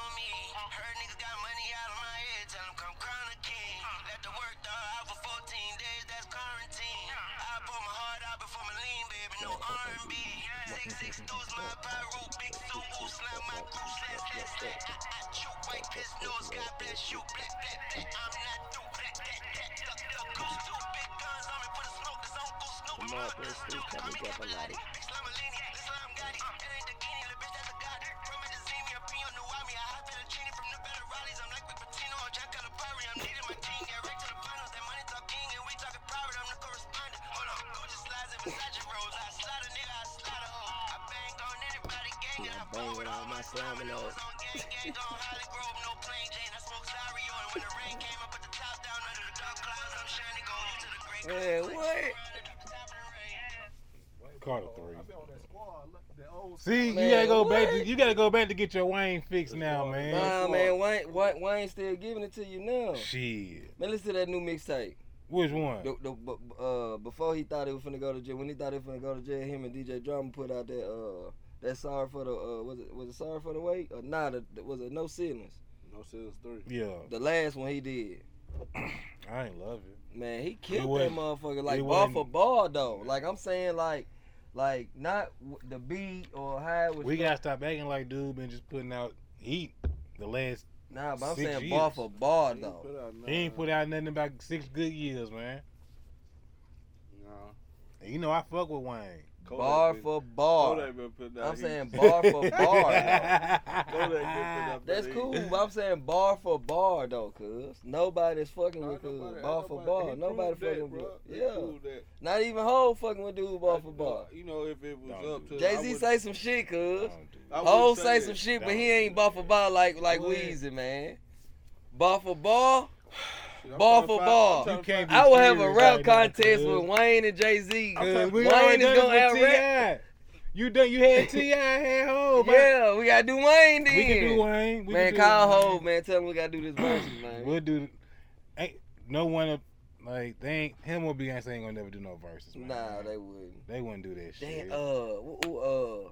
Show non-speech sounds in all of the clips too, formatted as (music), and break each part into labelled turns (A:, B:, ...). A: Uh, her nigga got money out of my head, tell him come crown a king. Let the work dog out for 14 days, that's quarantine. I pour my heart out before my lean, baby, no R&B. Six six dudes, my pyro, big suit, ooh, slime my crew, slap, slap, slap. I, I choke white piss nose, God bless you, black, black, black. I'm not through, black, that, that, duck, duck, goose, two big guns on me, put a smoke, it's on goose, Snoop,
B: Come on,
A: mud,
B: bro,
A: this
B: it's
A: dude, call
B: time to
A: me
B: drop a
A: Capilati.
B: lot.
A: Big Lamborghini, this Lam Gotti. That ain't the Guinea, the bitch, that's the god. From Medellin, a Pino, New Ami. I hop in a genie from the better rallies. I'm like with Patino, or Jack Calipari. I'm leading my team, get right to the finals. That money talk king, and we talking private. I'm the correspondent. Hold on, Gucci slides and Versace rolls. I slide a nigga, I slide a hoe. I bang on anybody, gang, and I
B: Bang
A: bang with
B: with all
A: all
B: my
A: my
B: slime and
A: slaminos.
B: hoes.
A: On gang, gang, on Holly Grove, no plain Jane. I smoke Zario, and when the rain came, I put the top down under the dark clouds. I'm shining, going into the gray.
B: Hey, what?
C: Carter three.
D: See, you gotta go back. To, you gotta go back to get your Wayne fixed now, man.
B: Nah, man, Wayne, Wayne, Wayne still giving it to you now.
D: Shit,
B: Man, listen to that new mixtape.
D: which one?
B: The, the, bu- bu- uh, before he thought he was finna go to jail, when he thought he was finna go to jail, him and DJ Drama put out that uh that sorry for the uh was it was it sorry for the wait or nah the, the- was it no ceilings
C: No sales three.
D: Yeah,
B: the last one he did
D: I ain't love it.
B: man he killed that
D: wasn't-
B: motherfucker like
D: it
B: bar
D: wasn't-
B: for bar though like I'm saying like like not w- the beat or how it was
D: We
B: structured.
D: gotta stop acting like dude been just putting out heat. The last
B: Nah, but I'm
D: Six
B: saying bar
D: years.
B: for bar
C: He ain't
B: though.
C: put out none.
D: he ain't put out nothing about six good years, man.
C: No.
D: And you know I fuck with Wayne.
C: Kodak
B: Bar
C: been-
B: for bar.
C: Kodak been putting out
B: I'm
C: heat.
B: saying bar
D: (laughs)
B: for bar. though.
C: Kodak been putting out
B: That's
C: that
B: cool,
C: heat.
D: (laughs)
B: but I'm saying bar for bar though, cuz nobody's fucking
C: Nah,
B: with cuz
C: nobody-
B: bar for
C: nobody-
B: bar.
C: he
B: Nobody
C: proved that,
B: fucking with
C: bro. He
B: yeah.
C: proved that.
B: Not even hoe fucking with dude bar for
C: You know,
B: bar.
C: You know, if it was
D: Don't
C: up
D: do
C: to
B: Jay
C: I
B: Z
C: would-
B: say some shit, cuz.
D: Don't do it.
C: I would
B: Ho say
C: that.
B: some shit, but
D: Don't
B: he
D: do
B: ain't bar for bar like like
C: What?
B: Weezy, man. Bar for bar.
C: Shit, I'm
B: Bar
C: trying to
B: for
C: find-
B: bar.
C: I'm trying
D: You
C: to
D: can't
C: find-
D: be
B: I will have a
D: serious
B: rap
D: right now,
B: contest
D: cuz.
B: with Wayne and Jay Z,
D: I'm trying-
B: cuz
D: we
B: Wayne
D: already
B: is
D: done
B: gonna
D: it
B: out
D: with
B: rap.
D: T.I. You done? You had Ti had Ho, man.
B: Yeah, we gotta do Wayne then.
D: We can do Wayne. We
B: man,
D: can do
B: Kyle
D: Wayne.
B: Hove, man, tell him we gotta do this
D: (clears throat)
B: versus, man.
D: We'll do. Ain't no one up- like they ain't him or Beyonce ain't gonna never do no verses. Man.
B: Nah, they wouldn't.
D: they wouldn't do that shit.
B: Damn, uh, woo- woo, uh,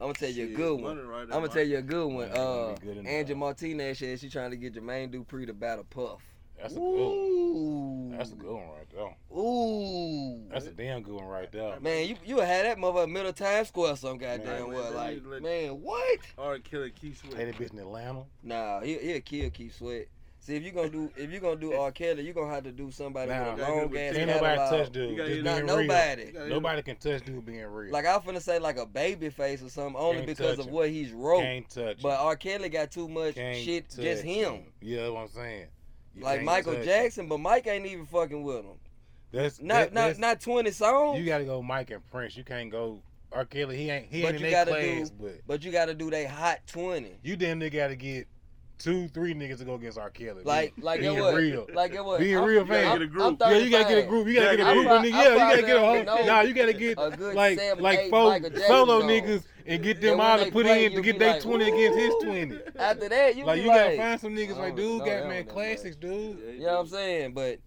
B: I'm gonna tell you a
C: Shit,
B: good
C: money
B: one.
C: right
B: I'm
C: there,
B: gonna
C: Mike.
B: tell you a good one.
D: Ain't gonna
B: Uh,
D: be good enough.
B: Angie Martinez said she trying to get Jermaine Dupri to battle Puff.
D: That's a good.
B: Ooh,
D: One. That's a good one right there.
B: Ooh,
D: That's a damn good one right there.
B: man, you you had that motherfucker middle time square some goddamn
C: man,
B: well,
C: they
B: like
C: need to let-
B: man, what?
C: R. Kelly, Keith Sweat.
D: Hey, that bitch in Atlanta.
B: Nah, he he'll kill Keith Sweat. See if you gonna do if you gonna do R. Kelly, you gonna have to do somebody
D: Nah,
B: with
C: you
B: a
C: gotta
B: long
C: do it
B: ass
C: with
D: Ain't
C: It's
D: nobody
B: catalog.
D: touch dude.
C: You gotta
D: Just
C: hit it.
B: Not
D: being
B: nobody.
C: You
D: real.
C: gotta
D: Nobody can touch dude being real.
B: Like I'm finna say like a baby face or something, only
D: Can't
B: because
D: touch
B: of
D: him.
B: what he's wrote.
D: can't touch.
B: But
D: him.
B: R. Kelly got too much
D: Can't
B: shit,
D: touch
B: just him.
D: Yeah, that's what I'm saying. You
B: Like
D: can't
B: Michael
D: touch him.
B: Jackson, but Mike ain't even fucking with him.
D: That's
B: Not
D: that,
B: not
D: that's-
B: not twenty songs.
D: You gotta go Mike and Prince. You can't go R. Kelly. He ain't he
B: But
D: ain't in
B: you
D: that
B: gotta do-
D: class, but
B: but you gotta do they hot twenty.
D: You damn near gotta get two, three niggas to go against R. Kelly.
B: Like
D: Be-
B: like
D: being
B: it was
D: real.
B: like it was
D: Being
B: I'm-
D: real
B: I'm-
D: fast.
C: You gotta get a group.
B: I'm
D: yeah, you gotta get a
B: 35.
D: group. You gotta
C: Yeah,
D: get a
C: I
D: group of
B: prob-
D: niggas.
B: I
D: Yeah, you gotta get a
B: probably
D: whole.
B: know
D: Nah, you gotta get
B: a good
D: like
B: seven,
D: like
B: eight
D: four
B: Michael Jackson
D: solo
B: songs.
D: niggas and get them
B: And
D: all
B: when
D: to
B: they
D: put
B: play,
D: in to
B: you
D: get
B: be
D: their
B: like,
D: twenty against his
B: "Ooh."
D: twenty.
B: After that, (laughs) you
D: Like
B: be
D: you
B: like,
D: gotta find some niggas
B: I don't
D: like dude
B: know
D: got
B: that
D: man
B: one that
D: classics, dude.
C: Yeah, he
B: you know what I'm
C: do.
B: saying? But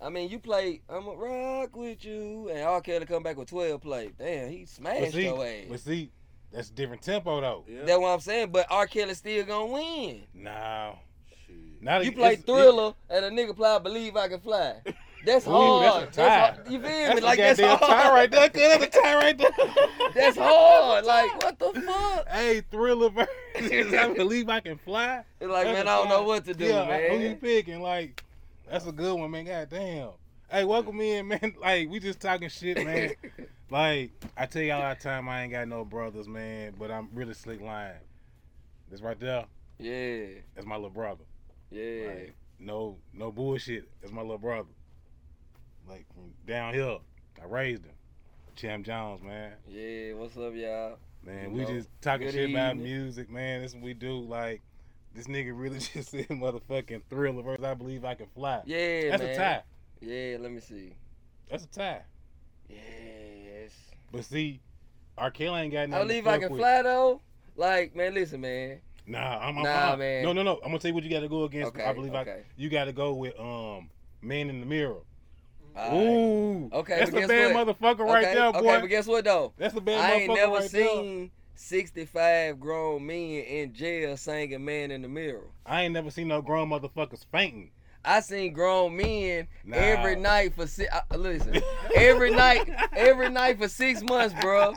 B: I mean, you play I'ma rock with you, and R. Kelly come back with twelve play. Damn, he
D: But
B: smashed
D: see,
B: your ass.
D: but see, that's different tempo though.
C: Yeah.
B: That's what I'm saying. But R. Kelly still gonna win.
D: Nah,
C: Shit.
D: not
B: You
D: a-
B: play
D: it's-
B: Thriller and a nigga play I Believe I Can Fly. That's
D: (laughs) Ooh,
B: hard.
D: that's a tie.
B: hard. You feel me?
D: That's
B: Like
D: a
B: that's
D: goddamn
B: hard.
D: tie right there. cuz. That's a tie right there.
B: (laughs) That's
D: (laughs)
B: hard. Like what the fuck?
D: Hey, Thriller (laughs) versus I believe I can fly.
B: It's like
D: That's
B: man,
D: a
B: I don't know
D: fly.
B: what to do,
D: yeah, I- who
B: (laughs)
D: you
B: man.
D: picking? Like, that's a good one, man. God damn. Hey, welcome in, (laughs) man. Like, we just talking shit, man.
B: (laughs)
D: like, I tell y'all all the time, I ain't got no brothers, man. But I'm really slick lying. This right there,
B: yeah,
D: that's my little brother.
B: yeah.
D: Like, no, no bullshit. That's my little brother. Like from down here, I raised him. Champ Jones, man.
B: Yeah, what's up, y'all? You
D: Man, we
B: know,
D: just talking
B: good
D: shit about
B: evening.
D: music, man. That's what we do. Like, this nigga really (laughs) just said motherfucking thriller versus I believe I can fly.
B: Yeah,
D: That's
B: man.
D: a tie.
B: Yeah, let me see.
D: That's a tie.
B: Yes.
D: But see, R. Kelly ain't got
B: I
D: nothing. to
B: believe I
D: fuck
B: can
D: with.
B: fly though. Like, man, listen, man.
D: Nah, I'm, I'm
B: Nah,
D: I'm-
B: man.
D: No, no, no. I'm gonna tell you what you gotta go against.
B: Okay,
D: I believe I.
B: okay.
D: You gotta go with um, man in the mirror.
B: All right.
D: Ooh,
B: Okay,
D: That's
B: but
D: a
B: guess
D: bad
B: what?
D: motherfucker right
B: okay,
D: there, boy.
B: okay, but guess what though?
D: that's a bad
B: I
D: motherfucker
B: ain't never
D: right there.
B: seen 65 grown men in jail singing Man in the Mirror.
D: I ain't never seen no grown motherfuckers fainting.
B: I seen grown men
D: Nah.
B: every night for six.
D: (laughs)
B: Listen, every night, every night for six months, bro.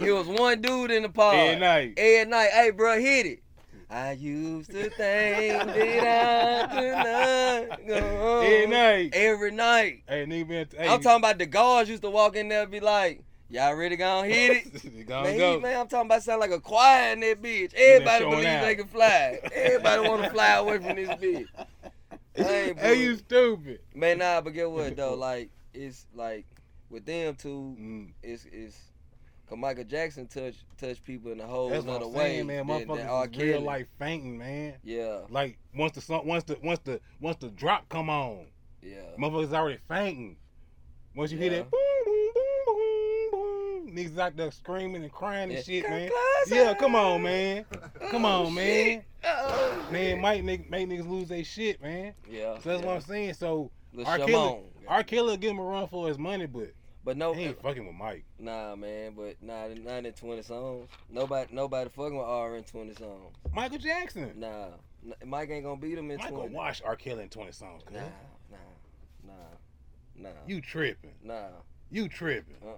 B: It was one dude in the pod.
D: Every night.
B: Every night, hey, bro, hit it. I used to think that I could not go on.
D: Every night.
B: Every night.
D: Hey, nigga, been. Hey,
B: I'm talking about the guards used to walk in there and be like, y'all ready gonna hit it?
D: (laughs) Gonna
B: Man,
D: go.
B: he, man, I'm talking about sound like a choir in that bitch. Everybody
D: showing
B: believes
D: out.
B: they can
D: (laughs)
B: fly. Everybody want to fly away from this bitch. Hey,
D: Hey, you
B: bro.
D: stupid.
B: Man, nah, but get what though? Like, it's like with them two,
D: Mm.
B: it's it's. Cause Michael Jackson touch touch people in a whole
D: That's what
B: other
D: I'm
B: way
D: saying, man.
B: than, than R.
D: Motherfuckers is real
B: Kelly.
D: life fainting, man.
B: Yeah,
D: Like once the song, once the once the once the drop come on,
B: yeah.
D: motherfuckers already fainting. Once you hear
B: Yeah.
D: that boom, boom, boom, boom, boom, niggas out there screaming and crying and
B: Yeah.
D: shit,
B: Come
D: man.
B: closer.
D: Yeah, come on, man. Come
B: Oh, shit.
D: on, man.
B: Oh,
D: Man,
B: shit.
D: might make, make niggas lose their shit, man.
B: Yeah.
D: So that's
B: yeah.
D: what I'm saying. So
B: Lil'
D: R. Kelly,
B: Shamone.
D: R. Kelly give him a run for his money, but
B: But no,
D: he ain't fucking with Mike.
B: nah, man. But nah, the nine and twenty songs. Nobody, nobody fucking with R and twenty songs.
D: Michael Jackson.
B: Nah, N- Mike ain't gonna beat him in
D: Michael
B: twenty.
D: Wash R. Kelly in 20 songs, cuz.
B: Nah, nah, nah, nah.
D: You tripping.
B: nah,
D: You tripping.
B: uh, uh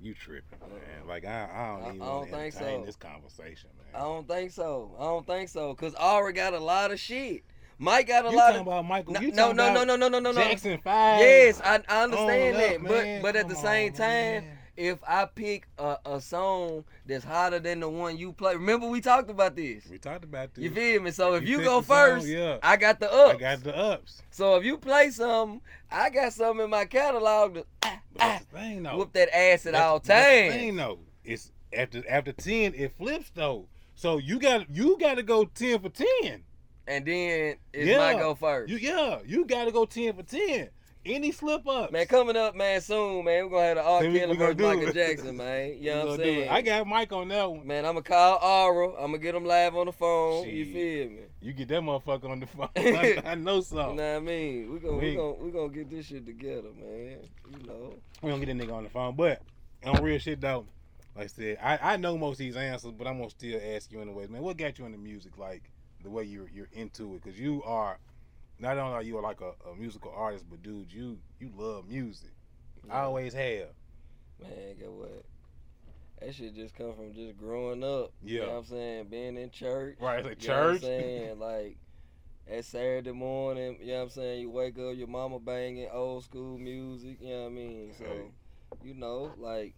D: You tripping, man. Like I, I
B: I-
D: don't even
B: I don't
D: want to
B: think
D: entertain
B: so.
D: this conversation,
B: I
D: man.
B: don't think so. I don't think so. Cause Aura got a lot of shit. Mike got a
D: You
B: lot
D: talking
B: of.
D: about Michael?
B: No,
D: you
B: no,
D: talking
B: no, no,
D: about
B: no, no, no, no, no.
D: Jackson Five?
B: Yes, I, I understand
D: On up,
B: that,
D: man.
B: but but at the
D: Come
B: same
D: on,
B: time,
D: man.
B: if I pick a, a song that's hotter than the one you play, remember we talked about this.
D: we talked about this.
B: You feel me? So if
D: You
B: you,
D: pick
B: go
D: the song,
B: first,
D: yeah.
B: I got the
D: I
B: up.
D: got the ups.
B: So if you play something, I got something in my catalog to
D: But that's the thing, though.
B: whoop that ass at
D: That's-
B: all
D: that's the thing,
B: times.
D: though. It's after after ten, it flips though. So you got you got to go ten for ten.
B: And then it's
D: Yeah.
B: my go first.
D: You yeah, you got to go ten for ten. Any slip ups,
B: Man, coming up, man, soon, man, we're gonna have the R.
D: Then we-
B: Kelly
D: we gonna
B: versus
D: do
B: Michael
D: it.
B: Jackson,
D: (laughs)
B: man. You know
D: Gonna
B: what I'm
D: do it.
B: saying?
D: I got Mike on that one.
B: man, I'ma call Aura. I'ma get them live on the phone. You
D: Shit.
B: feel me?
D: You get that motherfucker on the phone. (laughs) I, I know
B: You
D: something.
B: know what I mean? We're gonna, we
D: Oh. We-
B: gonna, we gonna get this shit together, man. You know?
D: We don't get a nigga on the phone, but on real shit though, like I said, I, I know most of these answers, but I'm gonna still ask you anyways, man. What got you into music, like the way you're you're into it? Cause you are not only are you like a, a musical artist, but dude, you you love music. I always have.
B: Man, get what? That shit just come from just growing up. You
D: Yeah.
B: know what I'm saying? Being in church.
D: Right, like
B: You know what I'm
D: church. (laughs)
B: saying? Like, at Saturday morning, you know what I'm saying? You wake up, your mama banging old school music, you know what I mean? So,
D: Hey.
B: you know, like,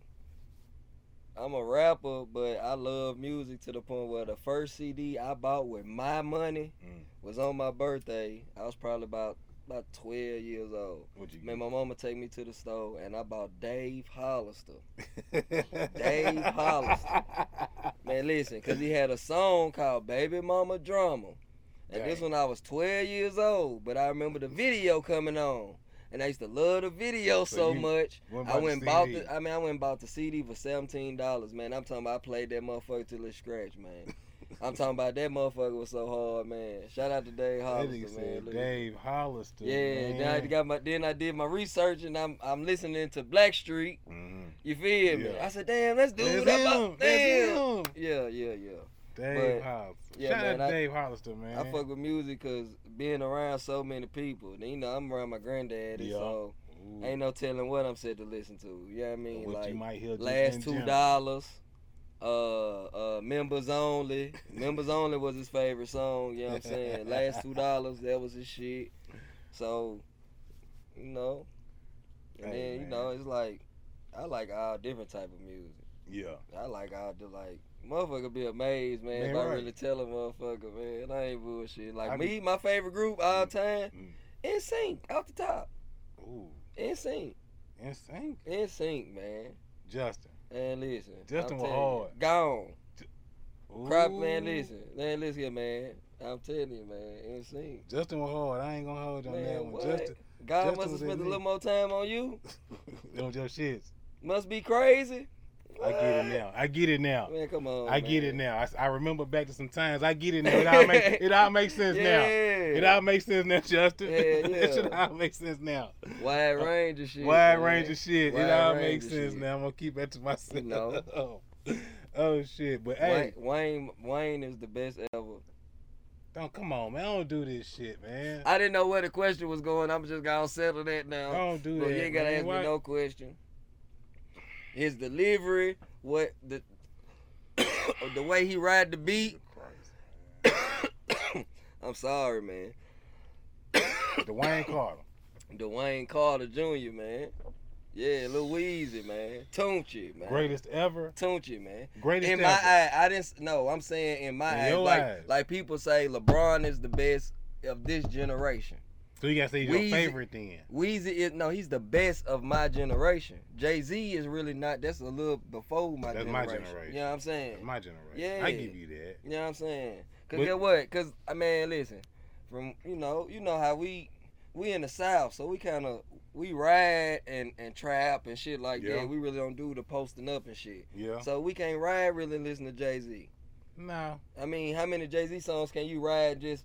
B: I'm a rapper, but I love music to the point where the first CD I bought with my money
D: Mm.
B: was on my birthday. I was probably about about 12 years old.
D: What you
B: Man, my mama take me to the store, and I bought Dave Hollister.
D: get?
B: (laughs) Dave
D: (laughs)
B: Hollister. Man, listen, because he had a song called Baby Mama Drama. And this
D: Dang.
B: one I was 12 years old, but I remember the video coming on. And I used to love the video so,
D: So you
B: much.
D: went by
B: I
D: the
B: went and bought
D: CD.
B: the I mean I went and bought the CD for seventeen dollars, man. I'm talking about I played that motherfucker till it scratched,
D: (laughs)
B: man. I'm talking about that motherfucker was so hard, man. Shout out to Dave
D: That
B: Hollister,
D: nigga
B: man.
D: said
B: Look.
D: Dave Hollister.
B: Yeah, then I
D: man.
B: got my then I did my research and I'm I'm listening to Blackstreet.
D: Mhm.
B: You feel me?
D: Yeah.
B: I said, damn, that's dude.
D: That's
B: I
D: him.
B: bought, damn.
D: That's him.
B: Yeah, yeah, yeah.
D: Dave
B: But-
D: Hollister.
B: yeah,
D: Shout
B: man,
D: out to
B: I-
D: Dave Hollister, man.
B: I fuck with music because being around so many people, and, you know, I'm around my granddaddy,
D: Yeah.
B: so
D: Ooh.
B: ain't no telling what I'm set to listen to. You know what I mean?
D: what you
B: like,
D: might hear just in
B: last two
D: general.
B: dollars, uh, uh, members only. (laughs) members only was his favorite song. You know what I'm saying?
D: (laughs)
B: last two dollars, that was his shit. So, you know, and
D: Hey,
B: then you
D: man.
B: know, it's like I like all different type of music.
D: Yeah.
B: I like all the like motherfucker be amazed, man,
D: Man,
B: if I
D: right.
B: really tell a motherfucker, man. I ain't bullshit. Like
D: I
B: me,
D: be-
B: my favorite group all
D: Mm,
B: time,
D: mm.
B: in sync, off the top.
D: Ooh.
B: In sync.
D: Insane.
B: In sync, man.
D: Justin.
B: And listen.
D: Justin
B: I'm
D: was
B: telling you,
D: hard.
B: Gone. Crap, man,
D: Ooh.
B: listen. Man, listen here, man. I'm telling you, man. In sync.
D: Justin was hard. I ain't gonna hold you on that
B: Man,
D: one.
B: what?
D: Justin. (laughs)
B: God
D: Justin
B: must have
D: was in
B: spent a
D: me.
B: little more time on you.
D: Them your shits.
B: Must be crazy.
D: I get it
B: What?
D: now. I get it now.
B: Man, come on.
D: I get it
B: man.
D: now. I, s- I remember back to some times. I get it now. It
B: (laughs)
D: all make it all makes sense now.
B: Yeah.
D: It all makes sense now, Justin. (laughs)
B: Yeah,
D: it should
B: yeah.
D: all make sense now.
B: Wide range of shit.
D: Wide
B: man.
D: range of shit.
B: Wide
D: it all
B: range
D: makes
B: of
D: sense
B: shit.
D: now. I'm gonna keep that to myself.
B: know.
D: (laughs) oh shit! But hey,
B: Wayne, Wayne Wayne is the best ever.
D: don't come on, man. Don't do this shit, man.
B: I didn't know where the question was going. I'm just gonna settle that now.
D: Don't do
B: Bro,
D: that.
B: you ain't gotta
D: man.
B: ask
D: Why-
B: me no question. His delivery, what the (coughs) the way he ride the beat. (coughs) I'm sorry, man. (coughs) (laughs)
D: Dwayne Carter.
B: Dwayne Carter Jr., man. Yeah, Lil Weezy, man. Tunchi, man.
D: Greatest ever.
B: Tunchi, man.
D: Greatest
B: In
D: ever.
B: my eye, I didn't. s- No, I'm saying in my
D: In
B: eye,
D: your
B: like
D: eyes.
B: like people say, LeBron is the best of this generation.
D: so you gotta say he's your
B: Weezy-
D: favorite then.
B: Weezy is no, he's the best of my generation. Jay Z is really not. That's a little before my
D: That's my
B: generation.
D: generation.
B: You know what I'm saying?
D: That's my generation.
B: Yeah.
D: I give you that.
B: you know what I'm saying? Cause
D: But-
B: get what? Cause I mean, listen, from you know, you know how we we in the South, so we kind of we ride and and trap and shit like
D: Yeah.
B: that. We really don't do the posting up and shit.
D: Yeah.
B: So we can't ride really and listen to Jay Z.
D: no.
B: I mean, how many Jay Z songs can you ride just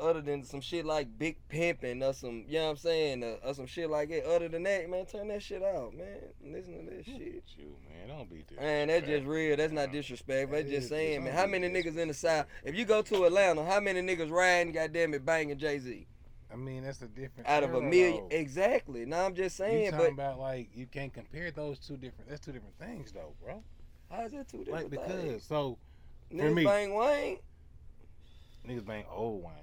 B: other than some shit like Big Pimpin' or some, you know what I'm saying, uh, or some shit like that? Other than that, man, turn that shit out, man. Listen to this shit.
D: Shit, you man. Don't be this.
B: Man, that's just real. That's not
D: Nah.
B: disrespectful. That's
D: That
B: just
D: is
B: saying,
D: dis-
B: man. How
D: don't be
B: many niggas in the South? If you go to Atlanta, how many niggas riding, goddamn it, banging Jay Z
D: I mean, that's a different.
B: out of a
D: era,
B: million?
D: though.
B: Exactly. Now I'm just
D: You
B: saying,
D: talking
B: but
D: about like you can't compare those two different. That's two different things, though, bro.
B: how's that two different
D: Like because
B: things?
D: so for
B: Niggas
D: me-
B: bang Wayne,
D: niggas bang old Wayne.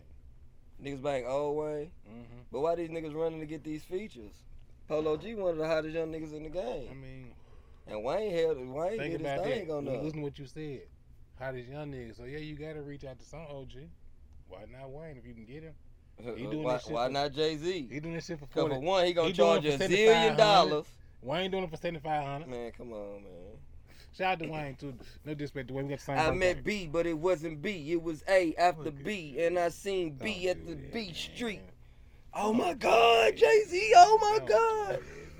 B: niggas bang old Wayne.
D: Mm-hmm.
B: But why these niggas running to get these features? Polo G one of the hottest young niggas in the game.
D: I mean,
B: And Wayne held Wayne
D: think
B: did his
D: about
B: thing
D: that.
B: on
D: Listen
B: us.
D: to what you said. How these young niggas. So yeah, you gotta reach out to some OG. Why not Wayne if you can get him?
B: (laughs)
D: He doing
B: uh, why,
D: that shit
B: why
D: for-
B: not Jay Z?
D: He doing this shit for
B: Cause
D: forty.
B: for one, he gonna
D: he doing
B: charge
D: it
B: you a
D: for
B: zillion
D: 7,500.
B: dollars.
D: Wayne doing it for seventy five hundred.
B: Man, come on, man.
D: Shout out to Wayne too. No disrespect to Wayne. We got the same.
B: I
D: birthday.
B: met B, but it wasn't B. It was A after
C: Look at
B: B,
C: you.
B: and I seen
D: Don't
B: B at the
D: do that,
B: B
D: Oh, man.
B: Street.
D: Don't
B: Oh my God, Jay Z. Oh my
D: do
B: God.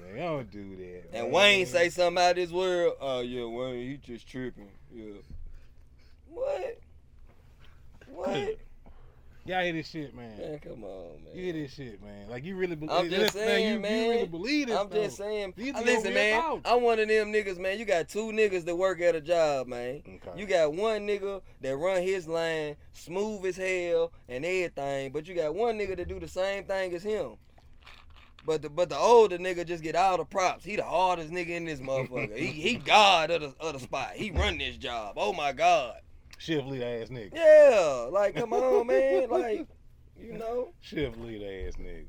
D: that, man. Don't do that.
B: And
D: man.
B: Wayne say something out of this world. Oh yeah, Wayne, he just tripping. Yeah. What? What?
D: Y'all hear this shit, man.
B: Man, come on, man.
D: You hear this shit, man. Like you really believe.
B: I'm just
D: this,
B: saying,
D: you,
B: man.
D: You really believe this?
B: I'm
D: though.
B: just saying.
D: These
B: I-
D: are your
B: listen,
D: real
B: man.
D: thoughts.
B: I'm one of them niggas, man. You got two niggas that work at a job, man.
D: Okay.
B: You got one nigga that run his line smooth as hell and everything, but you got one nigga that do the same thing as him. But the but the older nigga just get all the props. He the hardest nigga in this motherfucker. he he god of the, of the spot. He run this job. Oh my god.
D: shift lead ass nigga.
B: Yeah. Like come on, man. Like you know,
D: Shift lead ass nigga.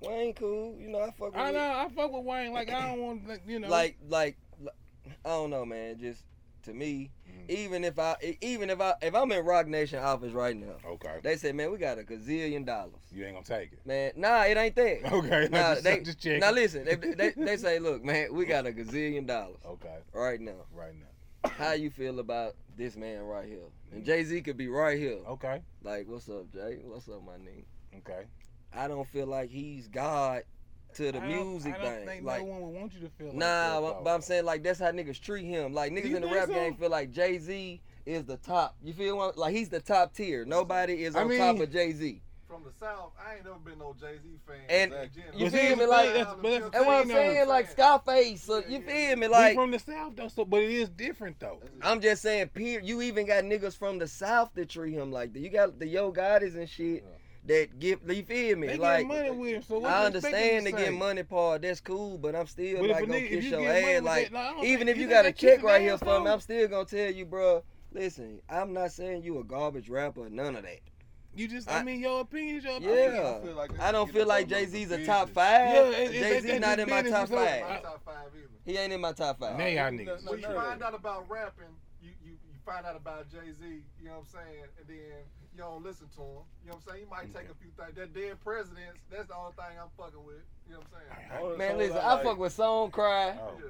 B: Wayne cool. You know I fuck with.
D: I
B: him.
D: know. I fuck with Wayne. Like I don't want. Like, you know.
B: like like li- I don't know, man. Just to me,
D: Mhm.
B: even if I e- even if I if I'm in Rock Nation office right now,
D: Okay.
B: they say, man, we got a gazillion dollars.
D: You ain't gonna take it. (laughs)
B: Man, nah, it ain't that.
D: Okay.
B: Nah,
D: just,
B: they-
D: just check.
B: Now listen, they, they, they say, look, man, we got a gazillion dollars
D: Okay.
B: right now.
D: Right now.
B: How you feel about this man right here?
D: Mm.
B: And Jay Z could be right here.
D: Okay.
B: Like, what's up, Jay? What's up, my nigga?
D: Okay.
B: I don't feel like he's God to the
D: I don't-
B: music
D: I don't
B: thing.
D: Think
B: like,
D: no one would want you to feel.
B: Nah,
D: like
B: but,
D: that,
B: but I'm saying like that's how niggas treat him. Like niggas
D: you
B: in the
D: think
B: rap
D: so?
B: game feel like Jay Z is the top. You feel what? Like he's the top tier. Nobody is
D: I
B: on top
D: mean-
B: of Jay Z.
E: From the South, I ain't never been no Jay Z fan.
B: And
E: back then.
B: you
E: I'm
B: feel
E: just
B: me, like-
E: saying,
D: that's-
E: I'm
D: but that's
E: just
B: That's what I'm
D: Same,
B: saying. Like Scarface. So, you
E: Yeah, yeah.
B: feel me?
D: though. we
B: Like
D: from the south though, so but it is different though.
E: That's
B: I'm just saying. Peer, you even got niggas from the south that treat him like that. You got the Yo Gottis and shit that give. You feel me?
D: They
B: like
D: get money with him, so what
B: I
D: you expect them
B: understand
D: to
B: to get
D: say?
B: money part. That's cool, but I'm still
D: But if
B: like
D: a
B: gonna
D: nigga- if
B: kiss
D: you
B: your
D: get money
B: ass.
D: with
B: Like
D: that- nah, I don't
B: even
D: think-
B: if
D: you
B: you
D: think
B: got
D: they
B: a
D: kissing
B: check right
D: their
B: here
D: ass,
B: for me,
D: though?
B: I'm still gonna tell you, bruh, Listen, I'm not saying you a garbage rapper, or none of that.
D: You just, I,
B: I-
D: mean, your opinion is your
B: Yeah.
D: opinion.
E: I feel like
B: I don't
E: they
B: feel
E: get
B: like
E: so much
B: Jay Z's a
E: business.
B: top
D: Yeah,
B: five.
D: it- it-
B: Jay
D: that-
B: Z's not
D: that
B: in my
D: business
B: top
D: is over.
E: I'm
B: five.
E: not top five either.
B: He ain't in my top five.
D: Now y'all
E: No,
D: niggas.
E: no,
D: weird.
E: you find out about rapping, you, you, you find out about Jay Z, you know what I'm saying? And then you don't listen to him. You know what I'm saying? You might take a few things. That dead presidents, that's the only thing I'm fucking with. You know what I'm saying?
C: All the
B: Man,
C: songs
B: listen, I
C: like-
B: fuck with Song Cry.
D: Oh,
E: Yeah.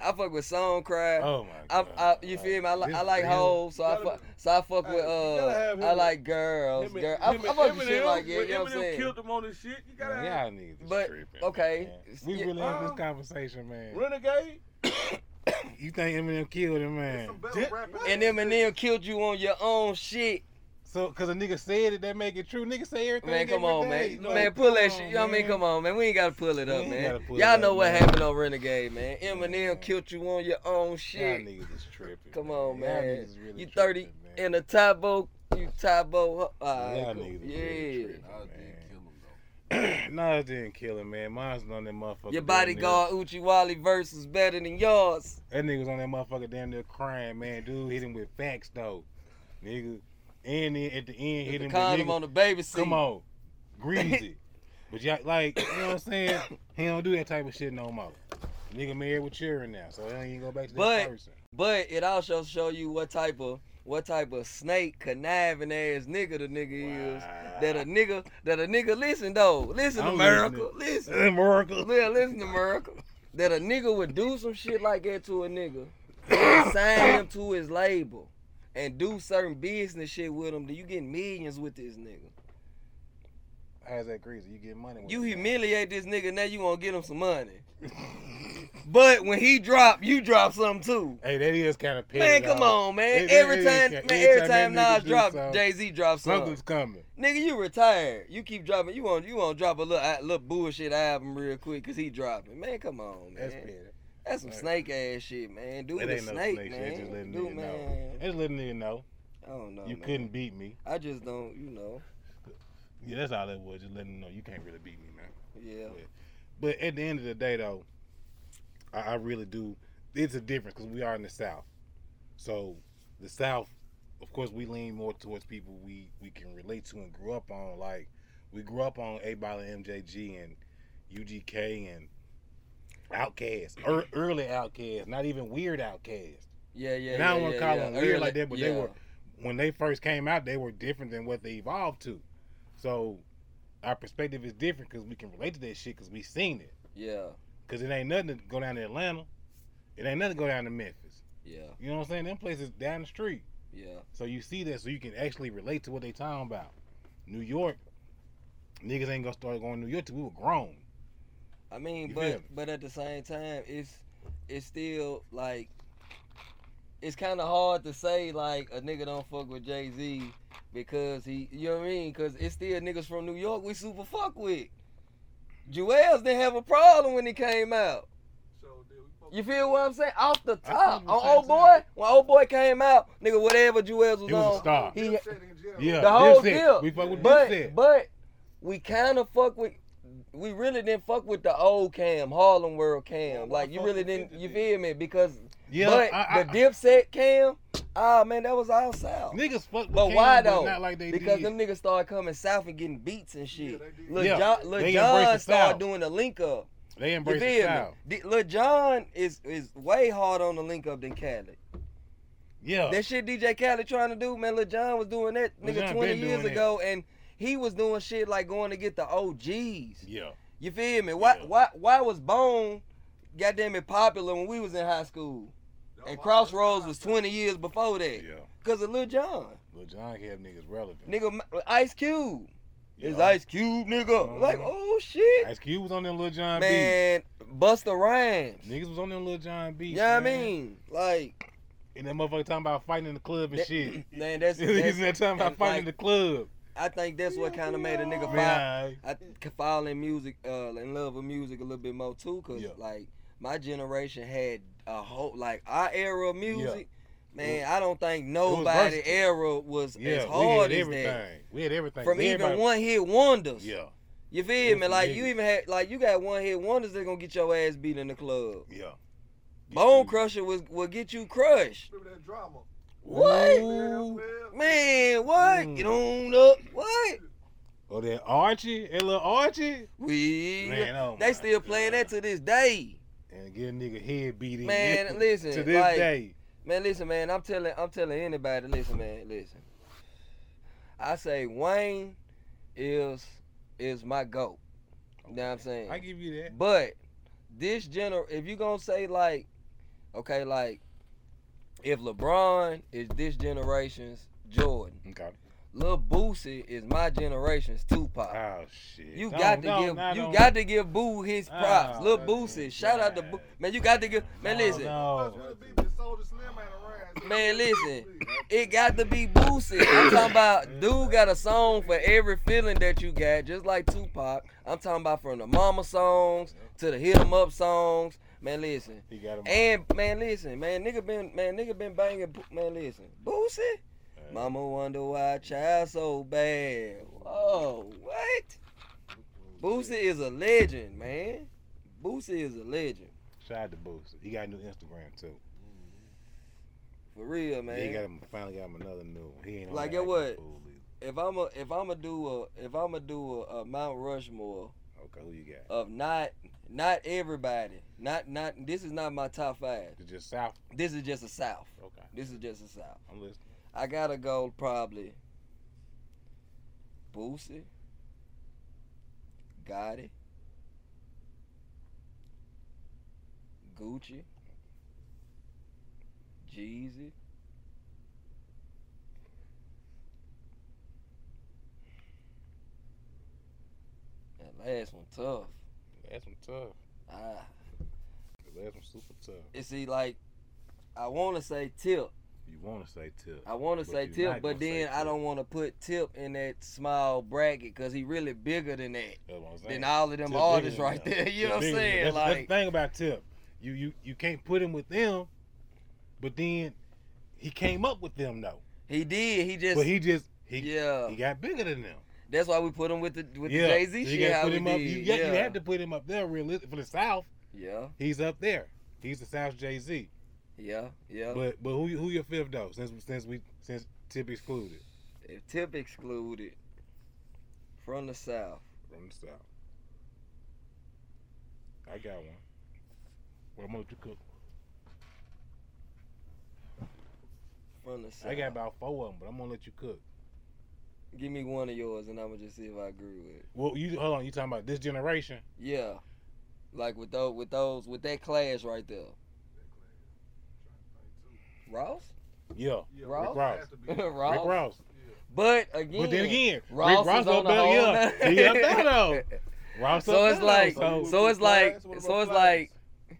B: I fuck with Song Cry.
D: oh my
B: I,
D: god.
B: I, you feel me? I, li- I
D: This
B: like
D: real-
B: hoes, so I
C: gotta
B: fuck,
C: be-
B: so I fuck with
C: Hey, you gotta have
B: uh,
C: him
B: I
C: with-
B: like girls,
C: Him and-
B: girl. I, I
C: him and-
B: fuck
C: him
B: with
C: and
B: shit
C: him,
B: like that.
C: when
B: You know what I'm
C: Eminem
B: saying?
C: killed him on his shit. You gotta
D: Man,
C: have
D: y'all niggas is
B: But,
D: tripping.
B: okay,
D: man.
B: it's-
D: we
B: yeah,
D: really having
C: uh,
D: this conversation, man.
C: Renegade.
D: You think Eminem killed him,
E: There's
D: man?
E: some better
C: Did-
E: rapping
B: And
E: than this.
B: Eminem killed you on your own shit.
D: So, cause a nigga said it, that make it true. Nigga say everything.
B: Man, come
D: every
B: on,
D: day.
B: man.
D: No,
B: man, pull that
D: come
B: shit.
D: on,
B: You know what I mean?
D: man.
B: Come on, man. We ain't gotta pull it
D: We
B: up,
D: ain't
B: man.
D: gotta pull it
B: Y'all
D: up,
B: know what
D: man.
B: happened on Renegade, man. Eminem
D: man.
B: killed you on your own
D: Y'all
B: shit.
D: niggas is tripping.
B: Come on,
D: Y'all
B: man.
D: niggas really
B: you thirty
D: tripping, man.
B: in a Tybo. You Tybo. uh, Alright,
D: Y'all
B: cool.
D: niggas is really
B: Yeah.
D: tripping,
C: I did
D: man.
C: kill him though.
D: (clears throat) Nas didn't kill him, man. Mine's on that motherfucker.
B: Your
D: damn
B: bodyguard Uchiwali verse is better than yours.
D: near- That nigga was on that motherfucker damn near crying, man. Dude hit him with facts though, nigga. And then at the end,
B: With
D: hit
B: the
D: him
B: condom
D: with
B: on the baby seat.
D: Come on,
B: (laughs)
D: greasy. but y'all like, you know what I'm saying? He don't do that type of shit no more. Nigga married with children now, so he don't even go back to that
B: But-
D: person.
B: But it also show you what type of what type of snake conniving ass nigga the nigga is. That a nigga that a nigga listen though. Listen
D: I'm
B: America. Listen.
D: America.
B: Yeah, listen America. That a nigga would do some shit like that to a nigga, and sign him to his label, and do certain business shit with him. Then you get millions with this nigga.
D: How's that greasy? You get money. with
B: You
D: it.
B: humiliate this nigga, now you gonna get him some money. But when he drop, you drop something too.
D: Hey, that is kind of petty.
B: Man, come
D: dog.
B: on, man.
D: It- it-
B: Every
D: it-
B: time, man,
D: it-
B: every
D: anytime that
B: time
D: nigga
B: Nas
D: do
B: drop,
D: something,
B: Jay Z drops something.
D: Something's coming.
B: Nigga, you retired. You keep dropping. You want you want to drop a little a little bullshit album real quick because he dropping. Man, come on, man.
D: That's
B: That's,
D: petty.
B: some snake ass shit, man. Do
D: It
B: the
D: ain't no
B: snake,
D: snake shit,
B: man.
D: just letting
B: Do
D: nigga know.
B: man.
D: Just letting nigga know
B: I don't know.
D: you
B: man.
D: couldn't beat me.
B: I just don't. You know.
D: Yeah, that's all it was. Just letting him know you can't really beat me, man.
B: Yeah.
D: But at the end of the day, though, I, I really do. It's a difference because we are in the South. So the South, of course, we lean more towards people we we can relate to and grew up on. Like we grew up on A Ball and MJG and UGK and Outcast, er, early Outcast, not even Weird Outcast.
B: Yeah, yeah.
D: And I don't
B: yeah,
D: wanna
B: yeah,
D: call
B: yeah.
D: them weird
B: Early-
D: like that, but they
B: yeah.
D: were- when they first came out, they were different than what they evolved to. So our perspective is different because we can relate to that shit because we seen it.
B: Yeah,
D: Because it ain't nothing to go down to Atlanta. It ain't nothing to go down to Memphis.
B: yeah,
D: You know what I'm saying? Them places down the street.
B: yeah.
D: So you see that so you can actually relate to what they talking about. New York, niggas ain't gonna start going to New York till we were grown.
B: I mean,
D: You
B: but
D: feel me?
B: but at the same time, it's it's still like it's kind of hard to say like a nigga don't fuck with Jay Z because he, you know what I mean? Because it's still niggas from New York we super fuck with. Jewels didn't have a problem when he came out.
E: So, dude, we fuck
B: You
E: with
B: feel what I'm saying? Off the
D: I
B: top,
D: feel what
B: on
D: you're
B: old
D: saying.
B: boy, when old boy came out, nigga, whatever Jewels was,
D: He was a
B: on,
D: star.
B: he
E: Dipset in general.
D: Yeah,
B: The whole
D: Dipset.
B: deal.
D: We fuck with
B: But
D: Dipset.
B: but we kind of fuck with. We really didn't fuck with the old Cam, Harlem World Cam.
C: Well, I
B: Like you
C: fuck
B: really
C: with
B: didn't.
C: Fifty
B: You
C: Cent.
B: feel me? Because
D: Yeah,
B: but
D: I- I-
B: the Dipset Cam, ah man, that was all south.
D: niggas fuck with
B: but
D: Cam,
B: why
D: but
B: though?
D: Not like they
B: because
D: did.
B: them niggas started coming south and getting beats and shit.
E: they did.
B: Lil
D: Yeah,
B: John, Lil
D: they
B: John
D: embraced the
B: started
D: South.
B: doing the link up.
D: they
B: You
D: embrace the
B: feel me?
D: style.
B: D- Lil John is is way hard on the link up than Khaled.
D: Yeah.
B: That shit DJ Khaled trying to do, man. Lil John was doing that
D: Lil
B: nigga
D: Jon
B: 20
D: been
B: years
D: doing
B: ago, and he was doing shit like going to get the OGs.
D: yeah.
B: You feel me? Why
D: Yeah.
B: why why was Bone goddamn it popular when we was in high school?
E: No,
B: And
E: my-
B: Crossroads was 20 years before that.
D: Yeah.
B: Cause of Lil John.
D: Lil John kept niggas relevant.
B: Nigga M- Ice Cube.
D: Yeah.
B: It's Ice Cube, nigga.
D: Mhm.
B: Like, oh shit.
D: Ice Cube was on them Lil John beats.
B: Man, Busta Rhymes. Yeah,
D: Niggas was on them Lil John beats.
B: you know what I
D: man.
B: mean? Like
D: And that motherfucker talking about fighting in the club and
B: that-
D: shit. (laughs)
B: Man, (clears throat) that's,
D: Niggas in that
B: that's
D: time about
B: and,
D: fighting in the
B: like,
D: club.
B: I think that's what kind of made a nigga fight.
D: Man,
B: I could fall in music, uh, in love with music a little bit more too, cause
D: Yeah.
B: like my generation had a whole like our era of music. Man,
D: It
B: I don't think
D: was
B: nobody
D: versatile.
B: era was
D: yeah,
B: as
D: we
B: hard
D: had
B: as
D: everything.
B: that.
D: We had everything.
B: From
D: Everybody-
B: even one hit wonders.
D: Yeah,
B: You
D: It
B: feel
D: was
B: me?
D: some
B: Like you
D: niggas.
B: even had like you got one hit wonders that gonna get your ass beat in the club.
D: yeah.
B: Bone Crusher was will get you crushed.
E: Remember that drama?
B: What?
D: Ooh.
B: Man, what?
D: Mm.
B: Get on up. What?
D: Oh, that Archie, that little Archie.
B: We
D: Man, oh my
B: they still playing that
D: God.
B: to this day.
D: And get a nigga head beating.
B: Man, listen,
D: (laughs) to this
B: like-
D: day,
B: Man, listen, man. I'm telling, I'm telling anybody. Listen, man. Listen. I say Wayne is is my goat. You know what I'm saying?
D: I give you that.
B: But this general, if you gonna say like, okay, like, if LeBron is this generation's Jordan,
D: Okay.
B: Lil Boosie is my generation's Tupac.
D: Oh shit.
B: You
D: Don't-
B: got to
D: don't-
B: give
D: nah,
B: you
D: don't-
B: got to give Boo his props.
D: Oh,
B: Lil
D: man.
B: Boosie, shout out to Boo. Man, you got to give. Man,
D: No,
B: listen.
D: no.
E: Must really be when Soulja Slim ain't around.
B: Man, listen. It got to be boosted. I'm
D: (coughs)
B: talking about dude got a song for every feeling that you got, just like Tupac. I'm talking about from the mama songs to the hit 'em up songs. Man, listen.
D: He got him.
B: And man, listen, man, nigga been man, nigga been banging bo- man, listen. Boosie?
D: uh,
B: Mama wonder why child so bad. Whoa, what? Boosie is a legend, man. Boosie is a legend.
D: Shout out to Boosie. He got a new Instagram too.
B: For real,
D: Yeah, He
B: man.
D: got him finally got him another new one. He ain't on
B: Like,
D: that
B: get what?
D: acting fool either.
B: If I'm a if I'm a do a if I'm a do a, a Mount Rushmore
D: Okay, who you got?
B: of not not everybody. Not not this is not my top 5.
D: It's just South.
B: This is just a south.
D: Okay,
B: This is just a south.
D: I'm listening.
B: I gotta go probably Boosie, Gotti, Gucci, Jeezy. That last one tough.
D: That's one tough.
B: Ah,
D: That's one super tough.
B: you see, like I want to say Tip.
D: You want to say Tip?
B: I want to
D: But
B: say
D: you're
B: Tip,
D: not
B: but
D: gonna say
B: then I
D: Tip.
B: don't want to put Tip in that small bracket because he really bigger than that.
D: That's what I'm saying.
B: Than all of them
D: Tip
B: artists
D: bigger than
B: right
D: them.
B: there. (laughs) You know
D: Tip
B: what I'm
D: bigger than them.
B: saying?
D: That's, that's
B: like,
D: the thing about Tip. You you you can't put him with them, but then he came up with them though.
B: he did. He just,
D: but he just he
B: yeah.
D: he got bigger than them.
B: that's why we put him with the with
D: yeah,
B: the Jay Z
D: so you
B: shit.
D: gotta
B: How
D: put
B: we
D: him up.
B: did.
D: You, yeah,
B: yeah.
D: you had to put him up there realistic for the South.
B: yeah,
D: He's up there. He's the South Jay Z.
B: yeah, yeah.
D: But but who who your fifth though? Since since we since Tip excluded
B: If Tip excluded from the South,
D: from the South, I got one. Well, I'm gonna let you cook.
B: from the South,
D: I got about four of them, but I'm gonna let you cook.
B: give me one of yours and I'm gonna just see if I agree with it.
D: Well, you hold on. You talking about this generation?
B: Yeah, like with those with those with that class right there,
D: (laughs)
B: Ross.
D: Yeah,
E: Yeah,
B: Ross?
E: Rick Ross. has to be-
B: Ross.
D: Rick Ross.
B: But again,
D: But then again,
B: Ross
D: Rick Ross
B: is
D: up
B: on a
D: there.
B: whole
D: Yeah,
B: nother-
D: he up
B: (laughs)
D: there though. Ross
B: So
D: up
B: it's
D: there,
B: like-
D: though,
B: so it's like-
C: What about
B: so it's
C: Flies?
B: like-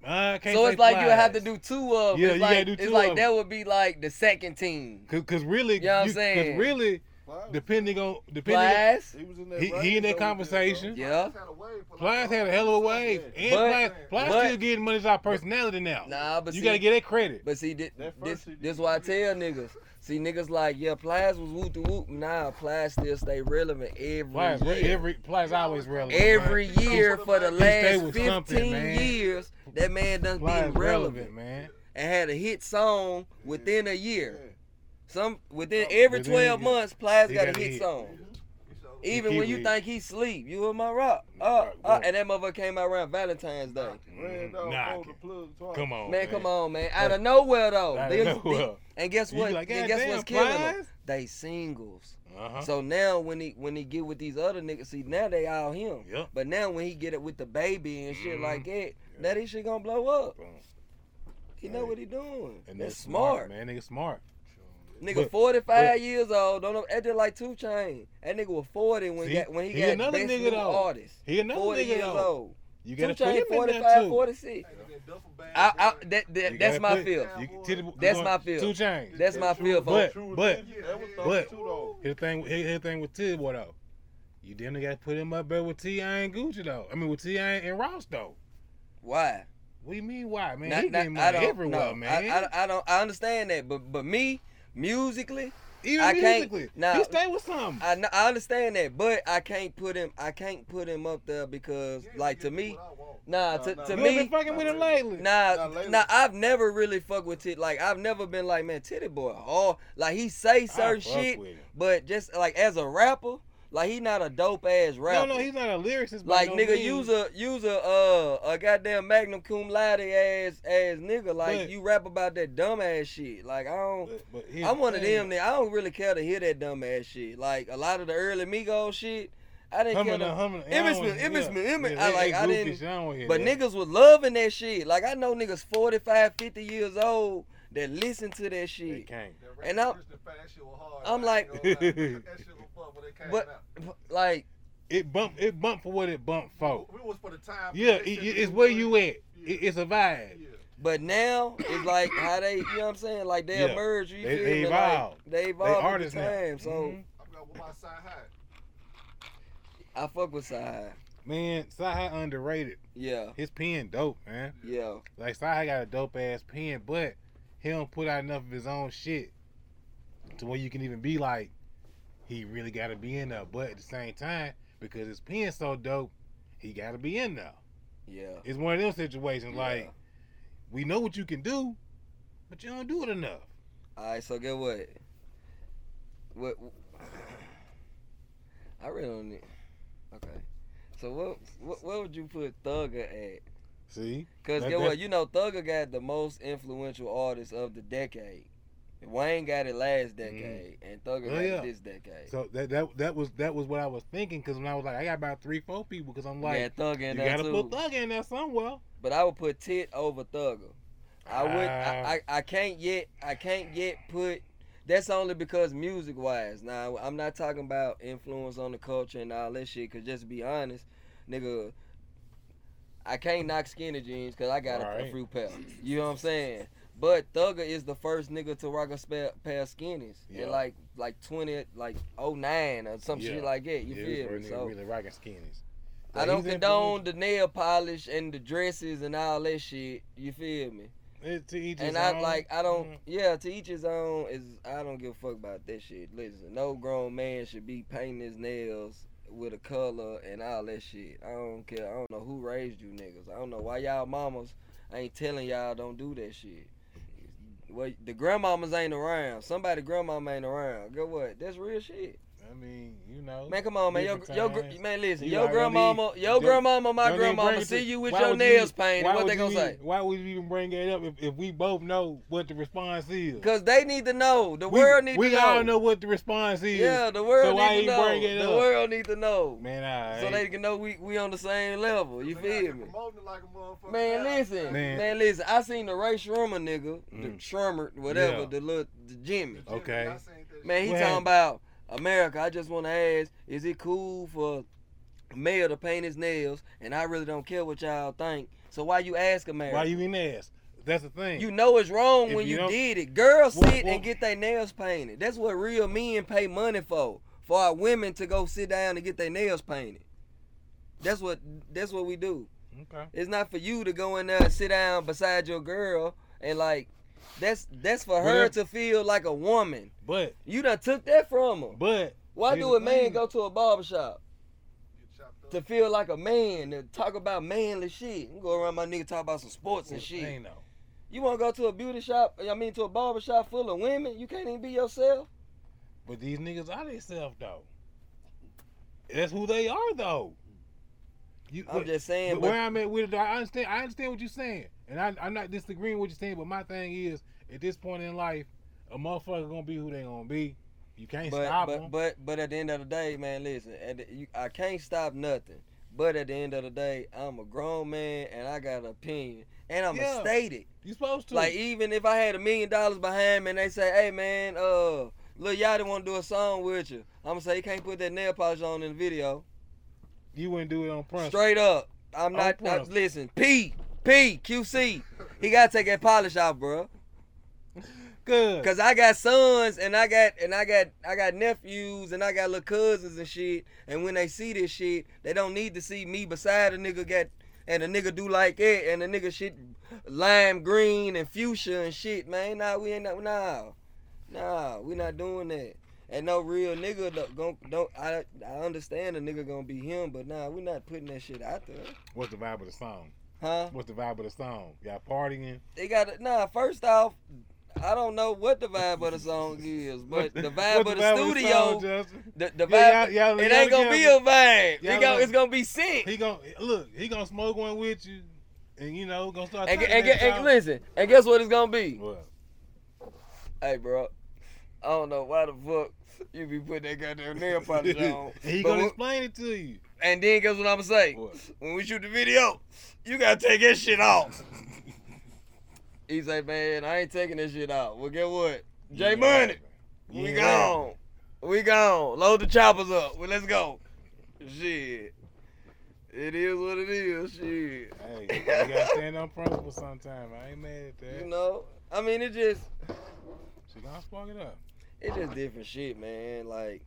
D: I can't
B: so
D: say
B: it's like you have to do
D: Flies.
B: two of. 'em.
D: Yeah,
B: it's
D: you
B: like,
D: gotta do
B: It's
D: two
B: like
D: of 'em.
B: that would be like the second team.
D: Cause, cause really,
B: You know what I'm
D: you-
B: saying?
D: Cause really,
C: Flies?
D: depending on depending,
B: Class.
C: He was in that.
D: He- he in
C: range
D: that
C: over there, bro.
D: conversation.
B: Yeah.
E: Had a wave for
D: on,
E: like
D: Plies had a hell of a wave, and
B: But-
D: Plies, Plies
B: but-
D: still getting money as our personality now.
B: Nah, but
D: you
B: see,
D: gotta get that credit.
B: But see, thi-
C: That
B: this
C: first CD
B: this why I
C: was
B: tell niggas. See, niggas like yeah, Plies was whoop de whoop. Nah, Plies still stay relevant every
D: Plies,
B: year.
D: every Plies always relevant.
B: Every year for the
E: He
D: stay
B: last
D: with
B: 15
D: something, man.
B: years, that man done
D: Plies
B: been relevant
D: man.
B: and had a hit song within a
C: Yeah.
B: year. Some within
C: Oh,
B: every
D: within a
B: 12
D: year.
B: months, Plies
D: He
B: got a
D: got a
B: hit
D: hit.
B: song.
E: So,
B: Even when
D: keep
B: you
D: it.
B: think he sleep, you in my rock.
D: Yeah,
B: Uh,
D: right,
B: uh,
D: right.
B: and that motherfucker came out around Valentine's Day.
C: Ran dog
D: Nah,
C: pulled the plug twice.
D: come on,
B: Man, come on, man. Out of nowhere though.
D: Out
B: They-
D: of nowhere.
B: And guess
D: You be
B: what?
D: like,
B: and
D: "God
B: guess
D: damn,
B: what's killing them?
D: Plies."
B: They singles.
D: Uh-huh.
B: So now when he when he get with these other niggas, see now they all him.
D: Yep.
B: But now when he get it with the baby and shit
D: Mhm.
B: like that, now this shit gonna blow up.
D: Boom.
B: He know
D: Right.
B: what he doing.
D: And
B: that's
D: that's
B: smart.
D: man. Nigga smart.
B: Nigga,
D: But-
B: 45 years old. Don't know. That just like Two Chain. That nigga was 40 when
D: See,
B: got, when he,
D: he
B: got
D: another
B: best
D: nigga
B: new
D: though.
B: artist.
D: He another
B: 40
D: nigga
B: years
D: though.
B: old.
D: You
B: Two
D: gotta put
B: Chain
D: him in there
B: 45,
D: too.
B: 46.
E: and again, duffel bag,
B: I, I, that,
E: bag.
B: that,
D: You
B: that's
D: gotta
B: my
D: put-
B: feel.
D: you- to the-
B: That's
D: going-
B: my feel.
D: Two chains.
B: That's my
C: True-
B: feel,
D: but-
C: True
D: but-
C: Religion, that was
E: but-
C: thought too though.
D: His thing, his, his thing with T boy though, you damn near got to put him up there with Ti and Gucci though. I mean with Ti and Ross though.
B: Why?
D: What do you mean why, man?
B: Not-
D: he
B: not-
D: getting
B: I
D: money
B: don't-
D: everywhere,
B: no,
D: man.
B: I, I, I don't. I understand that, but but me, musically,
D: Even
B: I can't-
D: musically,
B: nah.
D: he stay with something.
B: I, kn- I understand that, but I can't put him. I can't put him up there because,
E: You ain't
B: like, to
E: gonna get
B: me,
E: what I want.
B: nah,
C: Nah,
B: to,
C: nah,
B: to
D: you ain't
C: nah.
D: been
B: me, uh,
D: fucking with him lately.
C: Nah,
B: Nah,
C: later.
B: nah, I've never really fuck with Titty. Like I've never been like, man, Titty Boy. Oh, like he say
D: I
B: certain
D: fuck
B: shit,
D: with him.
B: but just like as a rapper, like he not a dope ass
D: No,
B: rapper.
D: no, he's not a lyricist. by
B: like
D: no
B: nigga,
D: means,
B: use a use a uh a goddamn magnum cum laude ass ass nigga. Like
D: But-
B: you rap about that dumb ass shit. Like I don't.
D: But, but here's
B: I'm
D: the
B: one of
D: thing.
B: them. That I don't really care to hear that dumb ass shit. Like a lot of the early Migos shit, I didn't care.
D: Humming,
B: To,
D: and humming. and I
B: Emmitt
D: don't
B: Smith,
D: wanna-
B: Emmitt
D: yeah,
B: Smith, Emmitt-
D: yeah,
B: I
D: they-
B: like-
D: they
B: I
D: goofy
B: didn't-
D: shit, I don't wanna hear
B: But
D: that.
B: niggas was loving that shit. Like I know niggas 45, 50 years old that listen to that
D: they
B: shit.
D: can't.
E: That
B: and
E: Ratchet
B: I'm-
E: Rich the Fast shit was hard.
B: I'm
E: I ain't
D: like- (laughs)
E: gonna lie. that shit was fun when it came
B: But-
E: out.
B: Like
D: It bumped. It bumped for what it bumped for.
E: It was for the time.
D: Yeah,
E: that
D: it,
E: shit
D: it- it's
E: was
D: where
E: good.
D: you at. It,
E: Yeah.
D: it's a vibe.
E: Yeah.
B: But now it's like how they, you know what I'm saying? Like they
D: Yeah.
B: emerge. You
D: They-
B: feel
D: they
B: me?
D: evolve.
B: Like, they
D: They
B: evolve. with the
D: artists now.
B: time. So
D: Mhm.
E: I'm gonna with my side high.
B: I fuck with Side.
D: man, Sahai underrated.
B: Yeah,
D: His pen dope, man.
B: yeah.
D: Like Sahai got a dope ass pen, but he don't put out enough of his own shit to where you can even be like, he really gotta be in there. But at the same time, because his pen's so dope, he gotta be in there.
B: Yeah.
D: It's one of them situations
B: Yeah.
D: like we know what you can do, but you don't do it enough.
B: All right. So get what? What? I really don't need. Okay. So what? What, what would you put Thugger at?
D: See?
B: Cause
D: That-
B: get what?
D: that's-
B: You know Thugger got the most influential artists of the decade. Wayne got it last decade, and Thugger
D: Mm-hmm. Oh,
B: got
D: yeah.
B: it this decade.
D: So that that that was that was what I was thinking because when I was like, I got about three, four people because I'm like,
B: yeah, Thugger
D: you
B: in there
D: gotta
B: too.
D: put thug in there somewhere.
B: But I would put Tit over Thugger. I would.
D: Ah.
B: I, I, I can't yet. I can't yet put. That's only because music wise. Now I'm not talking about influence on the culture and all that shit. Cause just to be honest, nigga, I can't knock skinny jeans cause I got a- a,
D: Right.
B: fruit pair. You know what I'm saying? But Thugger is the first nigga to rock a spa- pair of skinnies
D: Yeah.
B: in like like 20 like 09 or some
D: Yeah.
B: shit like that. You
D: yeah, this
B: feel
D: bro
B: me?
D: nigga
B: So
D: really rocking skinnies.
B: I
D: Like,
B: don't
D: he's
B: condone the nail polish and the dresses and all that shit. You feel me?
D: influential. It- to each his
B: and I
D: own.
B: like I don't
D: Mhm.
B: yeah, to each his own is I don't give a fuck about that shit. Listen, no grown man should be painting his nails with a color and all that shit. I don't care. I don't know who raised you niggas. I don't know why y'all mamas ain't telling y'all don't do that shit. Well, the grandmamas ain't around. Somebody grandmama ain't around. Go what? That's real shit.
D: I mean, you know.
B: Man, come on, man. Your,
D: Oh. different
B: your gr-
D: times.
B: man, listen.
D: You
B: your
D: like, don't
B: grandmama,
D: need-
B: your
D: don't-
B: grandmama, my
D: Don't even bring
B: grandmama
D: it
B: see
D: to-
B: you with
D: why
B: your
D: would you
B: nails
D: even-
B: painted.
D: why
B: What
D: would
B: they
D: you
B: gonna say?
D: even- Why would you even bring that up if, if we both know what the response is?
B: Cause they need to know. The
D: we,
B: world needs
D: we
B: to know.
D: all know what the response is.
B: Yeah, the world
D: So why
B: need to
D: you bring it
B: know. The
D: up?
B: world need to know.
D: Man, I
B: So they can know we, we on the same level. You
E: They out here
B: feel me?
E: Promoting it like a motherfucker.
B: Man,
E: now.
B: listen. Man.
D: Man.
B: listen. I seen the Ray Shrummer nigga, the
D: Mm.
B: Shrummer, whatever,
D: Yeah.
B: the little the Jimmy.
E: Jimmy,
D: Okay.
E: I seen that
B: Man, he
D: What
B: talking
D: happened?
B: about America. I just want to ask, is it cool for a male to paint his nails? And I really don't care what y'all think. So why you ask America?
D: why you even ask? That's the thing.
B: You know it's wrong
D: If
B: when
D: you
B: you,
D: don't-
B: did it. Girls
D: Well,
B: sit
D: well-
B: and get their nails painted. That's what real men pay money for. For our women to go sit down and get their nails painted. That's what that's what we do.
D: okay.
B: It's not for you to go in there and sit down beside your girl and like that's that's for her
D: Whatever.
B: to feel like a woman.
D: But
B: You done took that from her.
D: but
B: Why
D: here's
B: do
D: the
B: a man
D: thing.
B: go to a barbershop
E: shit chopped up.
B: to feel like a man, to talk about manly shit? You go around my nigga talk about some sports and
D: Here's the
B: shit.
D: thing, though.
B: You want to go to a beauty shop? I mean, to a barber shop full of women? You can't even be yourself.
D: But these niggas are themselves though. That's who they are though. You,
B: I'm just saying.
D: But
B: But,
D: where I'm at with it, though, I understand. I understand what you're saying, and I, I'm not disagreeing with what you're saying. But my thing is, at this point in life, a motherfucker gonna be who they gonna be. You can't
B: but,
D: stop
B: but
D: them.
B: but but at the end of the day, man, listen. At the, you, I can't stop nothing. But at the end of the day, I'm a grown man and I got an opinion, and I'm
D: Yeah.
B: gonna state it.
D: you supposed to.
B: Like even if I had a million dollars behind me and they say, "Hey, man, uh, look, y'all didn't want to do a song with you," I'm gonna say you can't put that nail polish on in the video.
D: you wouldn't do it on principle.
B: Straight up, I'm
D: On
B: not. I,
D: principle.
B: listen, P P Q C. He gotta take that polish off, bruh.
D: Good.
B: Cause I got sons and I got and I got I got nephews and I got little cousins and shit. And when they see this shit, they don't need to see me beside a nigga got and a nigga do like it and a nigga shit lime green and fuchsia and shit, man. Nah, we ain't not nah. Nah, we not doing that. And no real nigga don't, gon- don't I I understand a nigga gonna be him, but nah, we not putting that shit out there.
D: What's the vibe of the song?
B: Huh?
D: What's the vibe of the song? Y'all partying?
B: They got nah, first off, I don't know what the vibe of the song
D: (laughs)
B: is, but the vibe
D: What's
B: of the
D: song,
B: studio
D: Justin?
B: The, the vibe,
D: Yeah, y'all- y'all-
B: it
D: y'all
B: ain't gonna be a
D: together.
B: vibe.
D: Y'all
B: It gon-
D: like-
B: it's gonna be sick.
D: He gonna look. He gonna smoke one with you, and you know gonna start.
B: And, gu-
D: talking
B: and, gu-
D: that
B: and
D: talk.
B: listen, and guess what it's gonna be?
D: What?
B: Hey, bro, I don't know why the fuck you be putting that goddamn nail polish
D: (laughs)
B: on.
D: he
B: but
D: gonna
B: when-
D: explain it to you.
B: and then guess what I'm gonna say?
D: What?
B: When we shoot the video, you gotta take that shit
D: (laughs)
B: off. he say, man, I ain't taking this shit out. Well, get what? J Money. We
D: Yeah.
B: gone. We gone. Load the choppers up. Well, let's go. Shit. It is what it is. Shit.
D: Hey, (laughs) you gotta stand on principle sometime. I ain't mad at that.
B: You know. I mean, it just
D: She gonna spark it up.
B: It's just different shit, man. Like,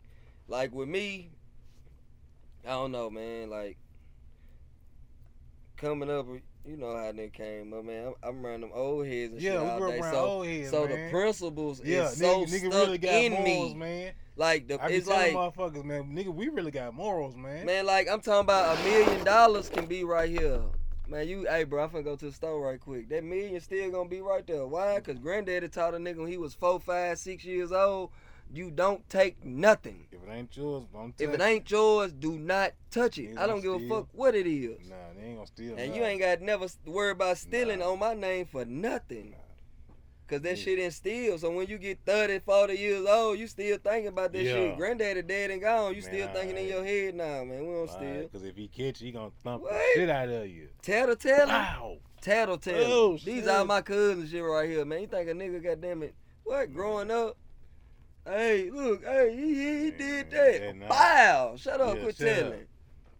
B: like with me, I don't know, man. Like, coming up, you know how they came up, man. I'm, I'm around them old heads and shit
D: Yeah, we
B: all
D: grew
B: day.
D: up around
B: so,
D: old heads,
B: so
D: man.
B: the principles
D: Yeah,
B: is so
D: nigga, nigga
B: stuck
D: really got
B: in
D: morals,
B: me.
D: man.
B: Like, the
D: I be
B: it's
D: telling
B: like,
D: motherfuckers, man, nigga, we really got morals, man.
B: man, like I'm talking about a million dollars can be right here. Man, you, hey, bro, I'm finna go to the store right quick. That million still gonna be right there. Why? Cause granddaddy taught a nigga when he was four, five, six years old. You don't take nothing.
D: If it ain't yours, don't touch
B: If it ain't yours, do not touch it.
D: Niggas
B: I don't
D: gonna
B: give a
D: steal.
B: fuck what it is.
D: Nah, they ain't gonna steal.
B: And
D: nothing.
B: you ain't got never s- worry about stealing
D: Nah.
B: on my name for nothing.
D: Nah.
B: Cause that
D: Yeah.
B: shit ain't steal. So when you get 30, 40 years old, you still thinking about that
D: Yeah.
B: shit. Granddaddy dead and gone. You
D: Man,
B: still thinking in
D: I-
B: your head, nah, man, we don't steal.
D: Because if he catch you, he gonna thump the
B: What?
D: shit out of you.
B: Tattle tattle.
D: Wow.
B: Tattle
D: Oh,
B: tattle. These
D: shit.
B: are my cousins shit right here, man. You think a nigga goddamn it. What growing up? Hey, look, hey, he, he, he did
D: Yeah,
B: that.
D: nah.
B: Wow. Shut up,
D: Yeah,
B: quit
D: shut up.
B: telling.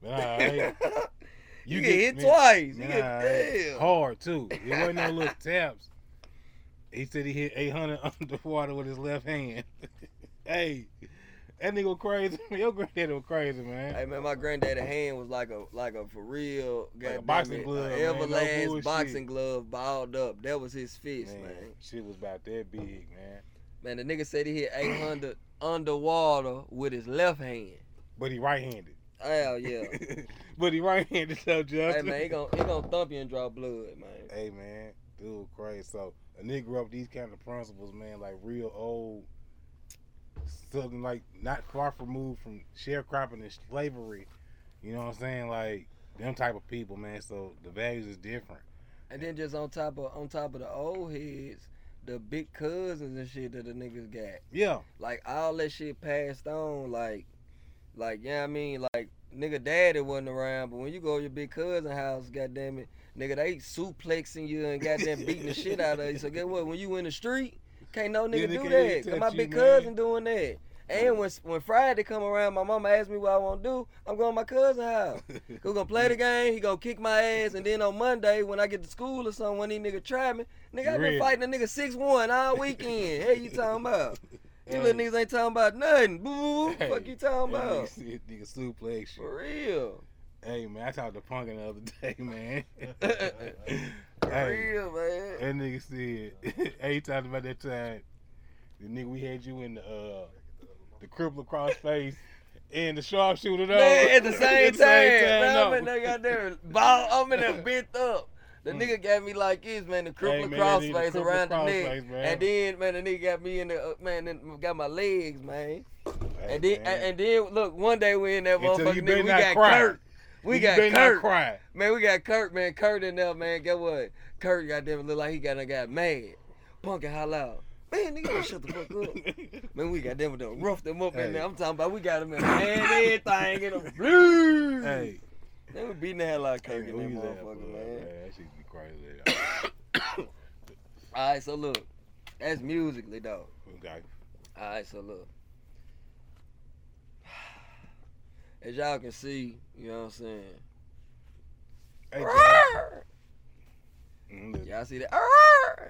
D: Nah, hey,
B: (laughs) You, get, hit
D: man,
B: twice.
D: Nah,
B: you get
D: hey,
B: damn.
D: hard too. It wasn't no little taps. He said he hit 800 (laughs) underwater with his left hand. (laughs) hey, that nigga was crazy. (laughs) Your granddaddy was crazy, man.
B: Hey man, my granddaddy hand was like a like a for real
D: a
B: goddamn
D: boxing
B: it,
D: glove,
B: a
D: man, no
B: Everlast
D: bullshit.
B: boxing glove balled up. That was his fist,
D: man,
B: man.
D: shit was about that big, man.
B: Man, the nigga said he hit 800 (clears throat) underwater with his left hand.
D: But he right-handed.
B: Hell
D: (laughs)
B: yeah.
D: but he right-handed, so Justin.
B: hey man, he gon' he gon' thump you and draw blood, man.
D: Hey man, dude, crazy. So a nigga grew up with these kind of principles, man, like real old, something like not far removed from sharecropping and slavery. You know what I'm saying? Like them type of people, man. So the values is different.
B: And then just on top of on top of the old heads, the big cousins and shit that the niggas got. (laughs)
D: Yeah,
B: like all that shit passed on like like yeah you know what i mean like nigga daddy wasn't around but when you go to your big cousin house goddamn it nigga they suplexing you and
D: (laughs)
B: goddamn beating the shit out of you so guess what when you in the street can't no
D: Yeah,
B: nigga
D: they
B: do
D: can't really
B: that 'cause
D: touch
B: my
D: you,
B: big
D: man.
B: cousin doing that and when when Friday come around, my mama asked me what I want to do. I'm going to my cousin's house. Who gonna play the game? He gonna kick my ass, and then on Monday when I get to school or something, when these nigga try me, nigga I
D: Really?
B: been fighting a nigga six one all weekend. hey, you talking about? You little niggas ain't talking about nothing. Boo, boo, boo. Fuck you talking
D: That
B: about?
D: nigga, said nigga suplex you.
B: For real.
D: Hey man, I talked to Punkin the other (laughs) day, man.
B: (laughs) For
D: hey,
B: real, man.
D: that nigga said, (laughs) hey, he talked about that time. The nigga we had you in the uh, the cripple across face and the sharpshooter though.
B: Man,
D: (laughs)
B: at the same time, man,
D: no.
B: I'm in there goddamn ball. I'm in there bent up. The nigga got me like this, man. The
D: Mm. Hey,
B: cripple
D: man,
B: crossface
D: that nigga cripple
B: around the neck,
D: crossface, man.
B: and then man, the nigga got me in the uh, man, then got my legs, man.
D: Hey,
B: And then
D: man.
B: and, and then look, one day we in that
D: Until
B: motherfucker,
D: you better
B: nigga, we
D: not
B: got
D: cry.
B: Kurt. We
D: You
B: got
D: better not
B: Kurt. (laughs)
D: cry.
B: Man, we got Kurt, man. Kurt in there, man. Get what? Kurt goddamn look like he got got mad. Punk and holla out. Man, nigga, you shut the fuck up.
D: (laughs)
B: Man, we got them done roughed them up
D: Hey.
B: in there. I'm talking about we got them in man everything
D: (laughs)
B: in them blue.
D: Hey,
B: They was beating the hell out of
D: hey,
B: Kirk in that
D: who's
B: motherfucker,
D: that, boy?
B: man.
D: That shit be crazy. (coughs)
B: Alright, so look. That's musically though.
D: okay.
B: Alright, so look. (sighs) As y'all can see, you know what I'm saying?
D: Hey, Jimmy. Mm,
B: Y'all see that?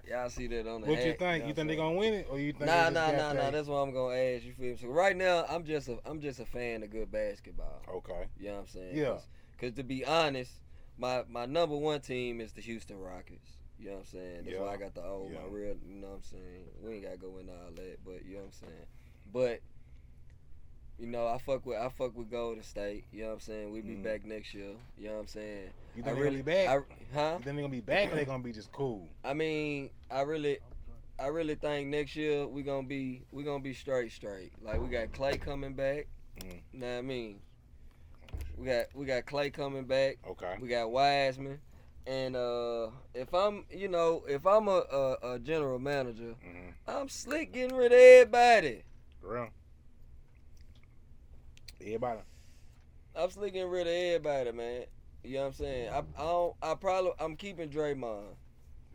B: Y'all see that on the
D: What you
B: hat,
D: think?
B: know
D: You
B: what I'm
D: think they
B: saying?
D: gonna win it, or you think?
B: Nah,
D: they just
B: nah,
D: got
B: nah, nah.
D: that-
B: That's what I'm gonna ask. You feel me? So right now, I'm just a, I'm just a fan of good basketball.
D: Okay.
B: You know what I'm saying?
D: Oh, Yeah.
B: Cause, 'cause to be honest, my my number one team is the Houston Rockets. You know what I'm saying? That's why
D: Yeah.
B: I got the old
D: Yeah.
B: my real. You know what I'm saying? We ain't gotta go into all that, but you know what I'm saying. But you know, I fuck with I fuck with Golden State. You know what I'm saying? We be
D: Mhm.
B: back next year. You know what I'm saying?
D: You think
B: I
D: they
B: really
D: gonna be back?
B: I, huh?
D: you think they gonna be back, or they gonna be just cool?
B: I mean, I really, I really think next year we gonna be we gonna be straight, straight. Like we got Clay coming back.
D: Mm.
B: Know what I mean? We got we got Clay coming back.
D: Okay.
B: We got Wiseman, and uh, if I'm you know if I'm a, a, a general manager,
D: Mm-hmm.
B: I'm slick getting rid of everybody.
D: Real. Everybody.
B: I'm slick getting rid of everybody, man. You know what I'm saying? I I, don't, I probably I'm keeping Draymond.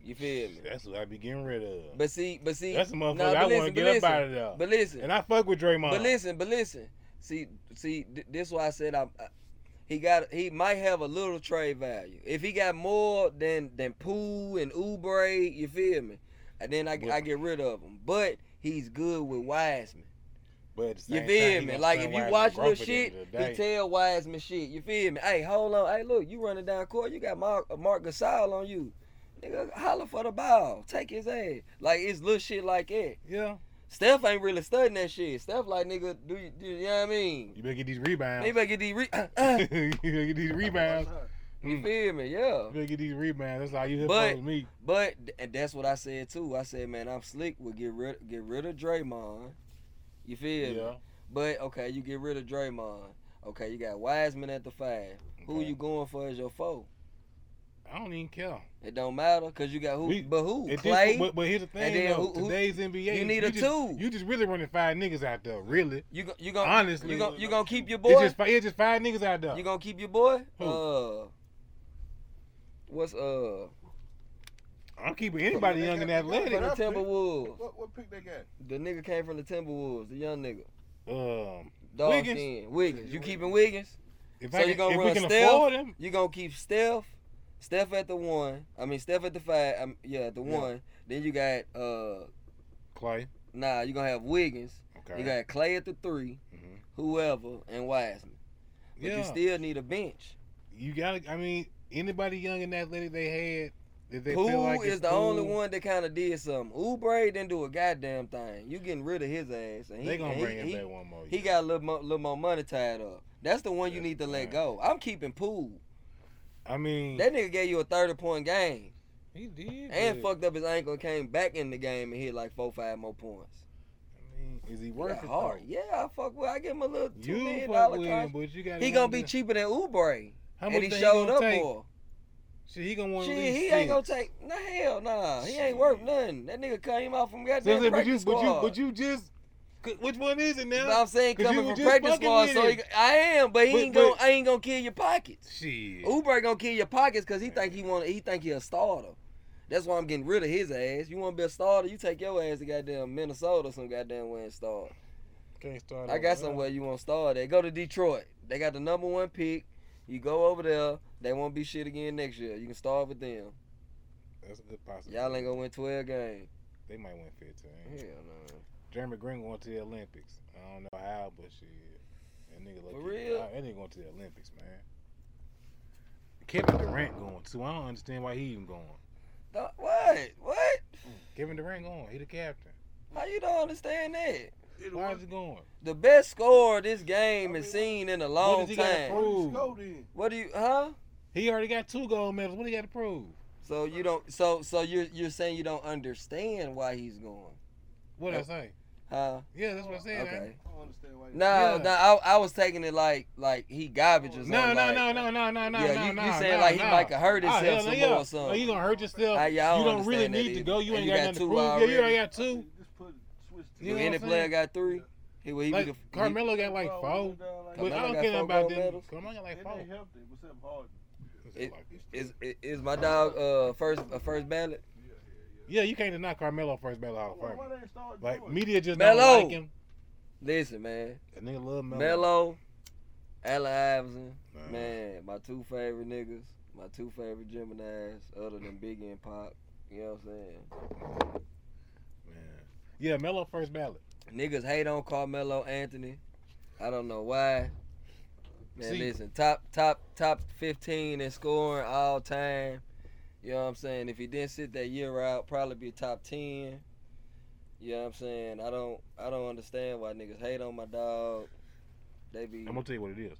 B: You feel me?
D: That's what I be getting rid of.
B: But see, but see,
D: That's the motherfucker
B: nah, but
D: I want to
B: listen,
D: get
B: but
D: up out
B: listen,
D: of there.
B: But listen,
D: and I fuck with Draymond.
B: But listen, but listen. See, see, th- this why I said I'm. I, He got he might have a little trade value. If he got more than than Pooh and Ubre, you feel me? And then I, I get rid of him. But he's good with Wiseman.
D: But at the
B: You
D: same
B: feel
D: time, he
B: me?
D: gonna
B: Like
D: stand
B: if you
D: wide
B: watch
D: with Grump
B: little
D: at the end
B: shit,
D: of the
B: he
D: day.
B: tell Wiseman shit. You feel me? Hey, hold on. Hey, look, you running down court. You got Mark Mark Gasol on you. Nigga, holler for the ball. Take his ass. Like it's little shit like that.
D: yeah,
B: Steph ain't really studying that shit. Steph like nigga, do you, do you know what I mean?
D: you better get these
B: He
D: rebounds. (laughs)
B: better get these re- (coughs)
D: you better
B: (laughs)
D: get these rebounds. Mm.
B: You feel me? Yeah.
D: You better get these rebounds. That's all you here
B: But-
D: for is me.
B: But and that's what I said too. I said, man, I'm slick. We get rid get rid of Draymond. You feel me?
D: Yeah.
B: But okay, you get rid of Draymond. Okay, you got Wiseman at the five. Who
D: Okay.
B: you going for as your foe?
D: I don't even care.
B: It don't matter because you got who,
D: We-
B: but who?
D: At this-
B: Clay.
D: but, but here's the thing,
B: And then
D: though.
B: who- who-
D: Today's NBA,
B: you need a
D: just-
B: two.
D: You just really running five niggas out there, really.
B: you go- you gonna
D: honestly,
B: you gonna you gonna keep your
D: It's
B: boy?
D: just, fi- it's just five niggas out there.
B: You gonna keep your boy?
D: Who?
B: Uh, what's uh
D: I'm keeping anybody young and athletic.
C: But
B: the
C: I think-
B: Timberwolves?
C: What, what pick they got?
B: The nigga came from the Timberwolves, the young nigga.
D: Um,
B: Dog
D: Wiggins?
B: Wiggins. Wiggins. You keeping Wiggins?
D: if
B: So
D: I
B: you
D: can,
B: gonna
D: if we
B: run
D: can
B: Steph?
D: afford him,
B: You gonna keep Steph, Steph at the one. I mean Steph at the five. Um, yeah, at the
D: Yeah.
B: one. Then you got uh
D: Clay.
B: nah, you gonna have Wiggins.
D: Okay.
B: You got Clay at the 3
D: Mhm.
B: whoever, and Wiseman. But
D: yeah.
B: you still need a bench.
D: You gotta. I mean, anybody young and athletic they had, if they
B: Poole
D: feel like
B: is
D: it's
B: the only
D: cool,
B: one that kind of did something. Oubre didn't do a goddamn thing. You getting rid of his ass, and he,
D: They gonna
B: and
D: bring
B: he,
D: him
B: he-
D: back one more.
B: He
D: year.
B: got a little, mo- little more money tied up. That's the one you
D: That's
B: need to
D: right.
B: let go. I'm keeping Poole.
D: I mean,
B: That nigga gave you a 30 point game
D: he did.
B: and
D: good.
B: fucked up his ankle and came back in the game and hit like four, five more points.
D: I mean, is he
B: He got
D: worth it?
B: hard.
D: though?
B: Yeah, I fuck with. I give him a little two
D: You
B: million
D: fuck
B: dollar
D: with him,
B: contract.
D: but you got.
B: He gonna be cheaper than Ubre,
D: How
B: and
D: much
B: he
D: they
B: showed
D: gonna
B: up
D: take?
B: for.
D: Shit, he gonna want
B: Shit,
D: at least
B: he ain't gonna
D: six.
B: take. Nah, hell, nah. He ain't worth
D: Shit.
B: nothing. That nigga cut him out from
D: So I'm
B: goddamn
D: saying, but you,
B: practice
D: but you,
B: squad.
D: but you just. Which one is it now?
B: But I'm saying
D: 'Cause you
B: coming from
D: was just
B: practice
D: fucking
B: squad,
D: with
B: so he,
D: him.
B: I am, but he
D: But-
B: ain't gonna,
D: but-
B: I ain't gonna kill your pockets.
D: Shit.
B: Uber gonna kill your pockets because he think he want he think he a starter. That's why I'm getting rid of his ass. You want to be a starter, you take your ass to goddamn Minnesota some goddamn way and start.
D: Can't start
B: I
D: over now.
B: got somewhere you want to start at. Go to Detroit. They got the number one pick. You go over there. They won't be shit again next year. You can start with them.
D: That's a good possibility.
B: Y'all ain't gonna win 12 games.
D: They might win 15.
B: Hell no.
D: Jeremy Green going to the Olympics. I don't know how, but shit. That nigga look.
B: For real?
D: That nigga going to the Olympics, man. Kevin Durant going too. I don't understand why he even going.
B: Don't- What? What?
D: Kevin Durant going. He the captain.
B: How you don't understand that?
D: Why is he going?
B: The best scorer this game
C: I
B: has
C: mean,
B: seen in a
D: does
B: long
D: he gotta
B: time.
D: prove? Ooh.
C: Let's go then.
B: What do you? Huh?
D: He already got two gold medals. What he got to prove?
B: So you don't. So so you're you're saying you don't understand why he's going,
D: What I
B: Yep.
D: say?
B: huh?
D: Yeah, that's what I said.
B: Okay.
C: I don't understand why. you-
B: No,
D: Yeah.
B: no. I, I was taking it like like he garbage or something.
D: No, no,
B: like-
D: no, no, no, no, no,
B: yeah,
D: no,
B: you,
D: no.
B: you saying
D: no,
B: like he
D: no.
B: might have hurt
D: Oh,
B: himself
D: hell,
B: some
D: yeah.
B: more or
D: No,
B: something.
D: you gonna hurt yourself.
B: I- yeah, I
D: you don't really
B: understand that
D: need to
B: either.
D: go. You
B: And
D: ain't
B: you
D: got
B: got
D: nothing to
B: two
D: prove. Yeah, you
B: already.
D: already got two.
C: Just put switch
D: You
C: to
B: Do
D: know
B: any
D: what I'm
B: player
D: saying?
B: got three? He well, he
D: Like
B: be the, he-
D: Carmelo got like four. But I
B: Carmelo
D: don't
B: got
D: care nothing
B: four
D: about
B: gold
D: them.
B: medals?
D: Carmelo got like
C: It
D: four.
C: ain't healthy. What's up, Harden?
B: It-
D: Like-
B: is i- is my dog uh first a first ballot?
D: yeah, you can't deny Carmelo first ballot Hall of
C: Why, why
D: Fame.
C: they ain't start
D: Like
C: Jordan?
D: media just
B: Melo.
D: don't like him.
B: Listen, man,
D: That nigga love Melo.
B: Melo, Allen Iverson,
D: Nah.
B: man, my two favorite niggas, my two favorite Gemini's, other than Biggie and Pop. You know what I'm saying?
D: Man. Yeah, Melo first ballot.
B: Niggas hate on Carmelo Anthony. I don't know why. Man,
D: See-
B: listen, top top top fifteen in scoring all time. You know what I'm saying? If he didn't sit that year out, probably be top ten. You know what I'm saying? I don't I don't understand why niggas hate on my dog. They be
D: I'm gonna tell you what it is.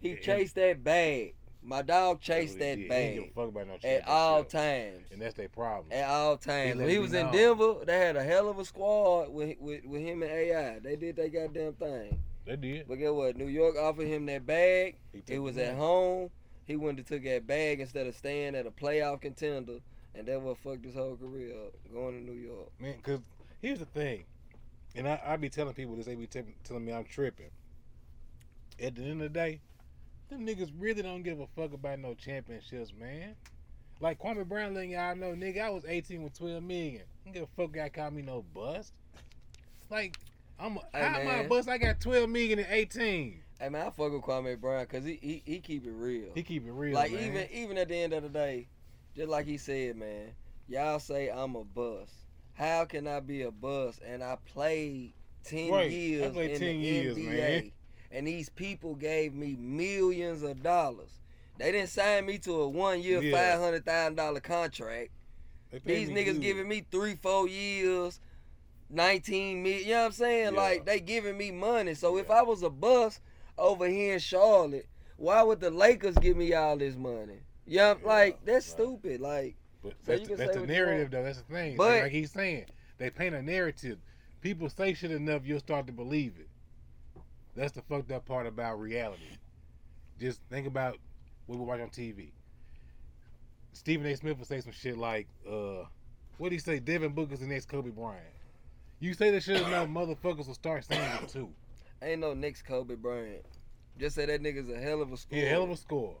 B: he
D: and-
B: chased that bag. My dog chased
D: That's what it
B: that
D: is. He ain't give a
B: bag
D: fuck about no shit.
B: at
D: about
B: all
D: shit.
B: times.
D: And that's their problem.
B: At all times.
D: let
B: When he
D: it be
B: was in
D: known.
B: Denver, they had a hell of a squad with with, with him and AI. They did their goddamn thing.
D: They did.
B: But guess what? New York offered him that bag.
D: He took
B: It was
D: the
B: at
D: money.
B: home. He went and took that bag instead of staying at a playoff contender. And that what fucked his whole career up, going to New York.
D: Man, because here's the thing, and I, I be telling people this, they be t- telling me I'm tripping. At the end of the day, them niggas really don't give a fuck about no championships, man. Like Kwame Brown letting y'all know, nigga, I was 18 with 12 million. I don't give a fuck, y'all call me no bust. Like, I'm a,
B: Hey,
D: how am I a
B: man.
D: bust? I got 12 million and 18.
B: Hey man, I fuck with Kwame Brown because he, he he keep it real.
D: He keep it real,
B: like
D: man.
B: even even at the end of the day, just like he said, man, y'all say I'm a bust. How can I be a bust and I played ten
D: Right. I
B: years
D: played
B: in
D: 10
B: the
D: years,
B: NBA,
D: man.
B: and these people gave me millions of dollars. They didn't sign me to a one year,
D: Yeah.
B: five hundred thousand dollar contract.
D: They pay
B: These
D: me
B: niggas
D: good.
B: giving me three, four years, 19 million. You know what I'm saying?
D: Yeah.
B: Like, they giving me money. So if I was a bus over here in Charlotte, why would the Lakers give me all this money? You know,
D: Yeah,
B: like, that's
D: right.
B: stupid. Like,
D: But
B: So
D: that's,
B: you
D: the-
B: can
D: that's
B: say
D: the
B: what you
D: narrative,
B: want.
D: though. That's the thing.
B: But-
D: like he's saying, they paint a narrative. People say shit enough, you'll start to believe it. That's the fucked up part about reality. Just think about what we watch on TV. Stephen A. Smith would say some shit like, uh, what do you say? Devin Booker's the next Kobe Bryant. You say that shit enough, motherfuckers will start saying it too.
B: ain't no next Kobe Bryant. Just say that nigga's a hell of a scorer.
D: Yeah, hell of a score.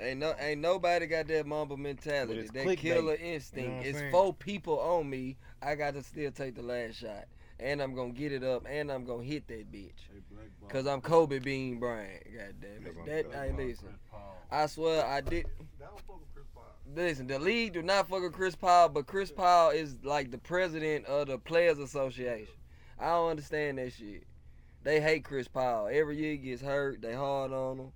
B: Ain't no, ain't nobody got that mamba
D: But
B: mentality,
D: it's
B: that
D: clickbait.
B: killer
D: You
B: instinct.
D: know what I'm
B: it's
D: saying?
B: four people on me. I got to still take the last shot, and I'm gonna get it up, and I'm gonna hit that bitch.
C: Hey, Black Ball.
B: Cause I'm Kobe Bean Bryant. God damn
D: That's what
B: it.
D: I'm
B: That I
D: talking about,
B: listen.
C: Chris Paul.
B: I swear I did
E: That was fucking Chris Paul.
B: listen, the league do not fuck with Chris Paul, but Chris Paul is like the president of the players association. I don't understand that shit. They hate Chris Paul. Every year he gets hurt, they hard on him.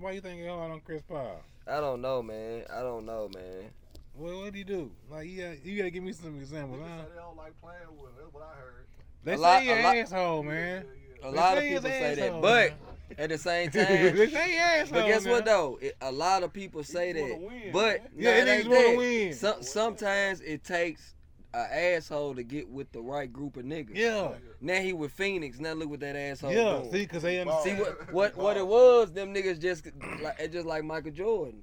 D: Why you think they hard on Chris Paul?
B: I don't know, man. I don't know, man.
D: What what do you do? Like, you gotta, you gotta give me some examples.
E: Niggas
D: huh?
E: say they don't like playing with him. That's what I heard.
D: They
B: A lot-
D: say you
B: a lot-
D: an asshole, man.
E: Yeah,
B: A
E: yeah.
D: They
B: lot of
D: say he's
B: people
D: an
B: say that.
D: asshole,
B: But
D: man.
B: at the
D: (laughs)
B: same (laughs)
D: they
B: time
D: say he asshole.
B: But guess what
D: now.
B: though? It, a lot of people say
C: He wanna
B: that.
C: win,
B: But
C: man.
D: Yeah,
B: no, it
D: it
B: ain't
D: niggas wanna
B: that.
D: win.
B: Some, sometimes it takes an asshole to get with the right group of niggas.
D: Yeah,
B: Now he with Phoenix. Now look what that asshole
D: yeah.
B: doing.
D: See, cause they
C: Ball.
B: See
D: understand.
B: what what what it was? Them niggas just like it's just like Michael Jordan.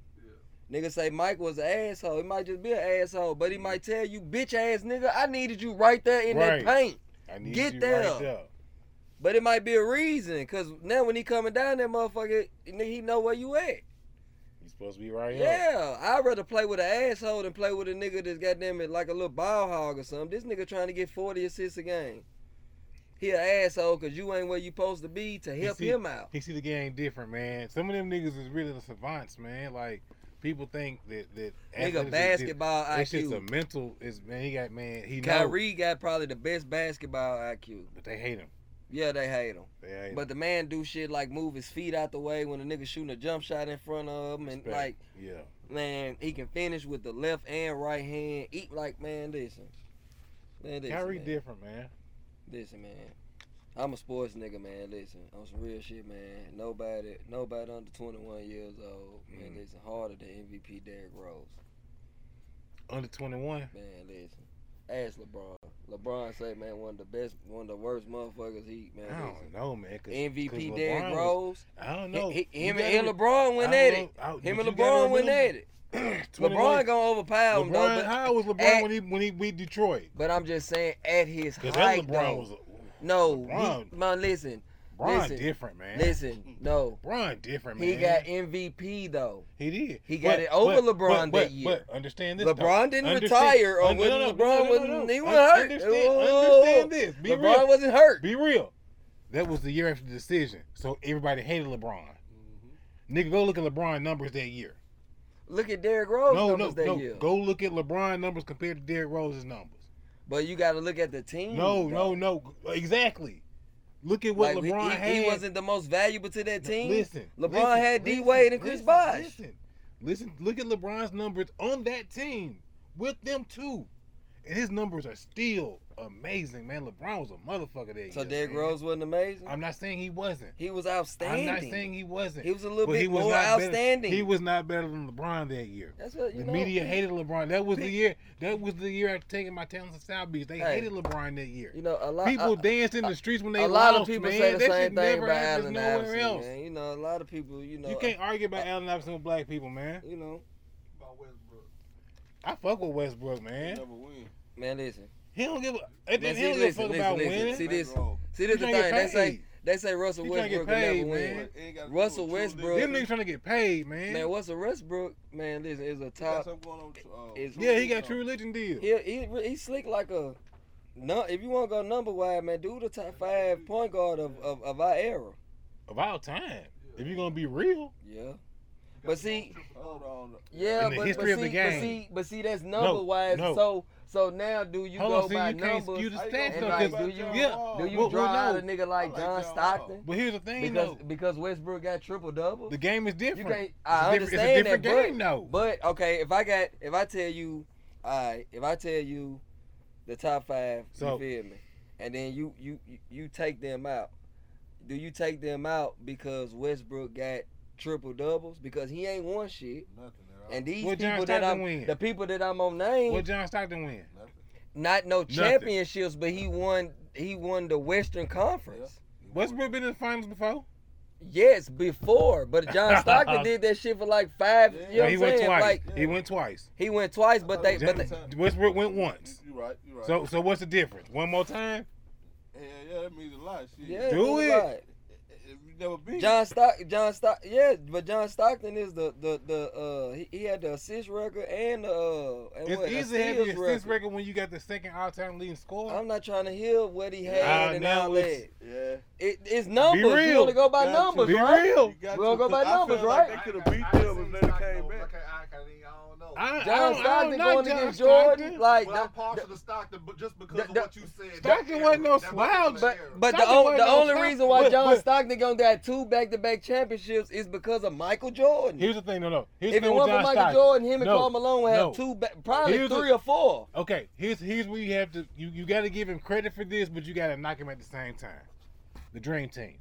B: Niggas say Mike was an asshole. He might just be an asshole, but he might tell you, bitch ass nigga, I needed you right there in
D: Right.
B: that paint.
D: I need
B: Get
D: you
B: there.
D: right there.
B: But it might be a reason, cause now when he coming down that motherfucker, nigga, he know where you at.
D: You supposed to be right here.
B: Yeah, I'd rather play with an asshole than play with a nigga that's goddamn it like a little ball hog or something. This nigga trying to get 40 assists a game. He an asshole because you ain't where you supposed to be to help
D: see-
B: him out.
D: He see the game different, man. Some of them niggas is really the savants, man. Like people think that that athleticism
B: Nigga,
D: is-
B: basketball
D: It's just a
B: IQ.
D: mental. Is man, he got man. He know,
B: Kyrie got probably the best basketball IQ.
D: but they hate him.
B: Yeah, they hate him.
D: They hate
B: But the man do shit like move his feet out the way when a nigga shooting a jump shot in front of him. And
D: Respect.
B: like,
D: him. Yeah,
B: man, he can finish with the left and right hand. Eat like, man, listen. Man, listen,
D: Kyrie
B: man.
D: different, man.
B: Listen, man. I'm a sports nigga, man. Listen, on some real shit, man. Nobody, nobody under 21 years old, man.
D: Mhm.
B: Listen, harder than MVP Derrick Rose,
D: Under twenty one.
B: man. Listen, ask LeBron. LeBron say, man, one of the best, one of the worst motherfuckers he, man.
D: I
B: listen.
D: don't know, man. 'cause- 'cause
B: MVP
D: LeBron
B: Derrick
D: was-
B: Rose.
D: I don't
B: He-
D: know.
B: he-
D: You
B: him and,
D: gotta-
B: him and LeBron went
D: I
B: at
D: don't
B: it.
D: know. I-
B: Him
D: but
B: and
D: you gotta
B: LeBron went
D: remember-
B: at it.
D: (clears throat) 21
B: LeBron gonna overpower him though.
D: LeBron,
B: But,
D: how was LeBron
B: at-
D: when he when he beat Detroit?
B: but I'm just saying, at his
D: Because that
B: height,
D: LeBron
B: though.
D: was
B: no,
D: LeBron-
B: he, man, listen,
D: LeBron
B: Listen,
D: different, man.
B: listen, no.
D: LeBron different, man.
B: He got MVP though.
D: he did.
B: he got it over LeBron that
D: but, but,
B: year.
D: But understand this.
B: LeBron
D: though.
B: didn't
D: Understand-
B: retire, or
D: un-
B: when
D: no, no, no,
B: LeBron
D: no, no, no,
B: wasn't, he
D: Un-
B: was hurt.
D: Understand,
B: Oh.
D: understand this. Be
B: LeBron
D: real.
B: wasn't hurt.
D: Be real. That was the year after the decision, so everybody hated LeBron.
C: Mm-hmm.
D: Nigga, go look at LeBron numbers that year.
B: Look at Derrick Rose
D: no, no,
B: numbers that
D: no.
B: year.
D: Go look at LeBron numbers compared to Derrick Rose's numbers.
B: But you got to look at the team.
D: No,
B: though.
D: no, no. Exactly. Look at what
B: Like, he-
D: LeBron
B: he,
D: had.
B: he wasn't the most valuable to that
D: No,
B: team.
D: Listen,
B: LeBron
D: listen,
B: had D
D: listen,
B: Wade and Chris
D: listen,
B: Bosh.
D: Listen, listen. Look at LeBron's numbers on that team with them too, and his numbers are still amazing, man. LeBron was a motherfucker that
B: So
D: year,
B: Derrick
D: man.
B: Rose wasn't amazing.
D: I'm not saying he wasn't.
B: he was
D: I'm
B: outstanding.
D: not saying he wasn't.
B: he was a little
D: but he
B: bit
D: was
B: more
D: not better-
B: outstanding.
D: he was not better than LeBron that year.
B: That's what you
D: The
B: know.
D: media hated LeBron. That was the
B: Big-
D: year. That was the year after taking my talents to South Beach. They
B: Hey.
D: hated LeBron that year.
B: You know a lot.
D: People
B: I-
D: danced in the streets when they
B: a lot
D: lost,
B: of people
D: man.
B: say the
D: that
B: same thing
D: shit never
B: about
D: happens
B: Allen
D: nowhere
B: Iverson.
D: else.
B: Man. You know, a lot of people. You know,
D: You can't argue about Allen Iverson with black people, man.
B: you know,
E: About Westbrook.
D: I fuck with Westbrook,
B: Eh?
C: He
D: man.
C: never win.
B: man. Listen,
D: He don't give a, at the
B: Man,
D: end, he
B: see,
D: don't give a
B: listen,
D: fuck
B: listen,
D: about
B: listen.
D: winning.
B: See,
D: See,
B: this-
C: Bankroll.
B: see this
D: trying
B: the
D: to
B: thing.
D: get
B: They say
D: paid.
B: they say Russell
D: He trying to
B: Westbrook will
D: get
B: never
D: paid,
B: win.
D: man.
C: It ain't got to do
B: Eh? Russell
C: with you,
B: Westbrook-
D: Them
C: nigga.
D: niggas trying to get paid, man.
B: Man, Russell Westbrook, man, listen, is a
C: He got
B: top.
C: something going on with, uh,
B: is-
C: True
D: yeah, he
C: Religion.
D: got true religion deal.
B: He he he slick like a no, if you want to go number wise, man, do the top five point guard of, of, of our era.
D: of all time. If you're gonna be real,
B: Yeah. But see,
C: Hold on.
B: yeah,
D: In
B: but,
D: the
B: but,
D: history
B: see,
D: of the
B: but
D: game.
B: see, but see, that's number wise.
D: no.
B: So, so now do you
D: hold
B: go
D: on, see,
B: by
D: you can't
B: numbers?
D: skew the
C: How you
D: stats
B: and
D: though.
B: like,
D: 'cause-
B: do you-
D: yeah,
B: do you
D: Well, well,
B: draw out
D: no.
B: a nigga like
C: I like
B: John
C: John
B: Stockton
D: but here's the thing
B: because
D: though,
B: because Westbrook got triple double?
D: the game is different.
B: You can't.
D: It's
B: I
D: a different- it's a
B: understand
D: different
B: that,
D: game,
B: but,
D: though.
B: but okay, if I got, if I tell you, all right, if I tell you, the top five,
D: So-
B: you feel me, and then you you you- you take them out. Do you take them out because Westbrook got triple doubles because he ain't won shit,
C: Nothing at all.
B: and these
D: What John
B: people that
D: Stockton
B: I'm
D: win?
B: the people that I'm on name
D: What John Stockton win?
C: Nothing.
B: not no
D: Nothing.
B: championships, but he won he won the Western Conference.
D: Westbrook been in the finals before?
B: Yes, before, but John
D: (laughs)
B: Stockton did that shit for like five.
C: Yeah.
B: You know what
D: he
B: I'm
D: went
B: saying?
D: twice.
B: Like
D: He went twice.
B: he went twice, but they
C: I thought
B: but
C: it
B: they,
C: was every time.
D: Westbrook went once.
C: You right. You right.
D: So so what's the difference? One more time?
C: yeah, yeah, that means a lot. Shit.
B: yeah,
D: Do
B: he
D: it.
B: lied.
C: If you never been.
B: John Stock, John Stock, yeah, but John Stockton is the the the uh he, he had the assist record and the uh and
D: It's
B: what,
D: easy to have
B: steals
D: your assist record when you got the second all-time leading scorer.
B: I'm not trying to hear what he
D: Ah,
B: had and
D: now
B: all
D: it's-
B: that.
C: yeah.
B: It, it's numbers. You
D: real.
B: only go by
C: Got to.
B: numbers,
D: Be
B: right?
D: real.
C: You got
B: We don't
C: to,
B: go by
C: 'cause I
B: numbers,
C: feel
B: right?
C: Like they
E: I-
C: could have
E: I-
C: beat
E: I
C: them
E: seen
C: if they
E: Stockton
C: came
E: over-
C: back.
E: okay, I, can't even- I don't know.
D: I,
B: John
D: I don't, I
B: Stockton
D: don't know
B: going
D: John
B: against
D: Stockton.
B: Jordan, like
E: well, I'm
B: the-
E: partial
B: the-
E: to Stockton, but just because
B: that-
E: of
B: that-
E: what you said.
D: Stockton
E: that-
D: wasn't no
E: that
D: slouch,
E: that
B: But
E: era.
B: but the,
D: Stockton
B: o-
D: wasn't
B: the
D: no
B: only
D: Stockton.
B: reason why
D: But-
B: John
D: but-
B: Stockton gonna get two back to back championships is because of Michael Jordan.
D: Here's the thing, no, no. Here's
B: if
D: the
B: it
D: thing with
B: wasn't for
D: John
B: Michael
D: Stockton.
B: Jordan, him and
D: no,
B: Carl Malone would have
D: no.
B: two, ba- probably
D: Here's the-
B: three or four.
D: Okay, here's here's where you have to you, you got to give him credit for this, but you got to knock him at the same time. The Dream Team.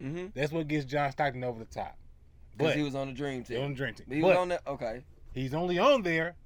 B: Mm-hmm.
D: That's what gets John Stockton over the top.
B: Because
D: But
B: he was on the dream
D: he was on
B: team.
D: the Dream Team.
B: He was
D: but
B: on that. Okay.
D: he's only on there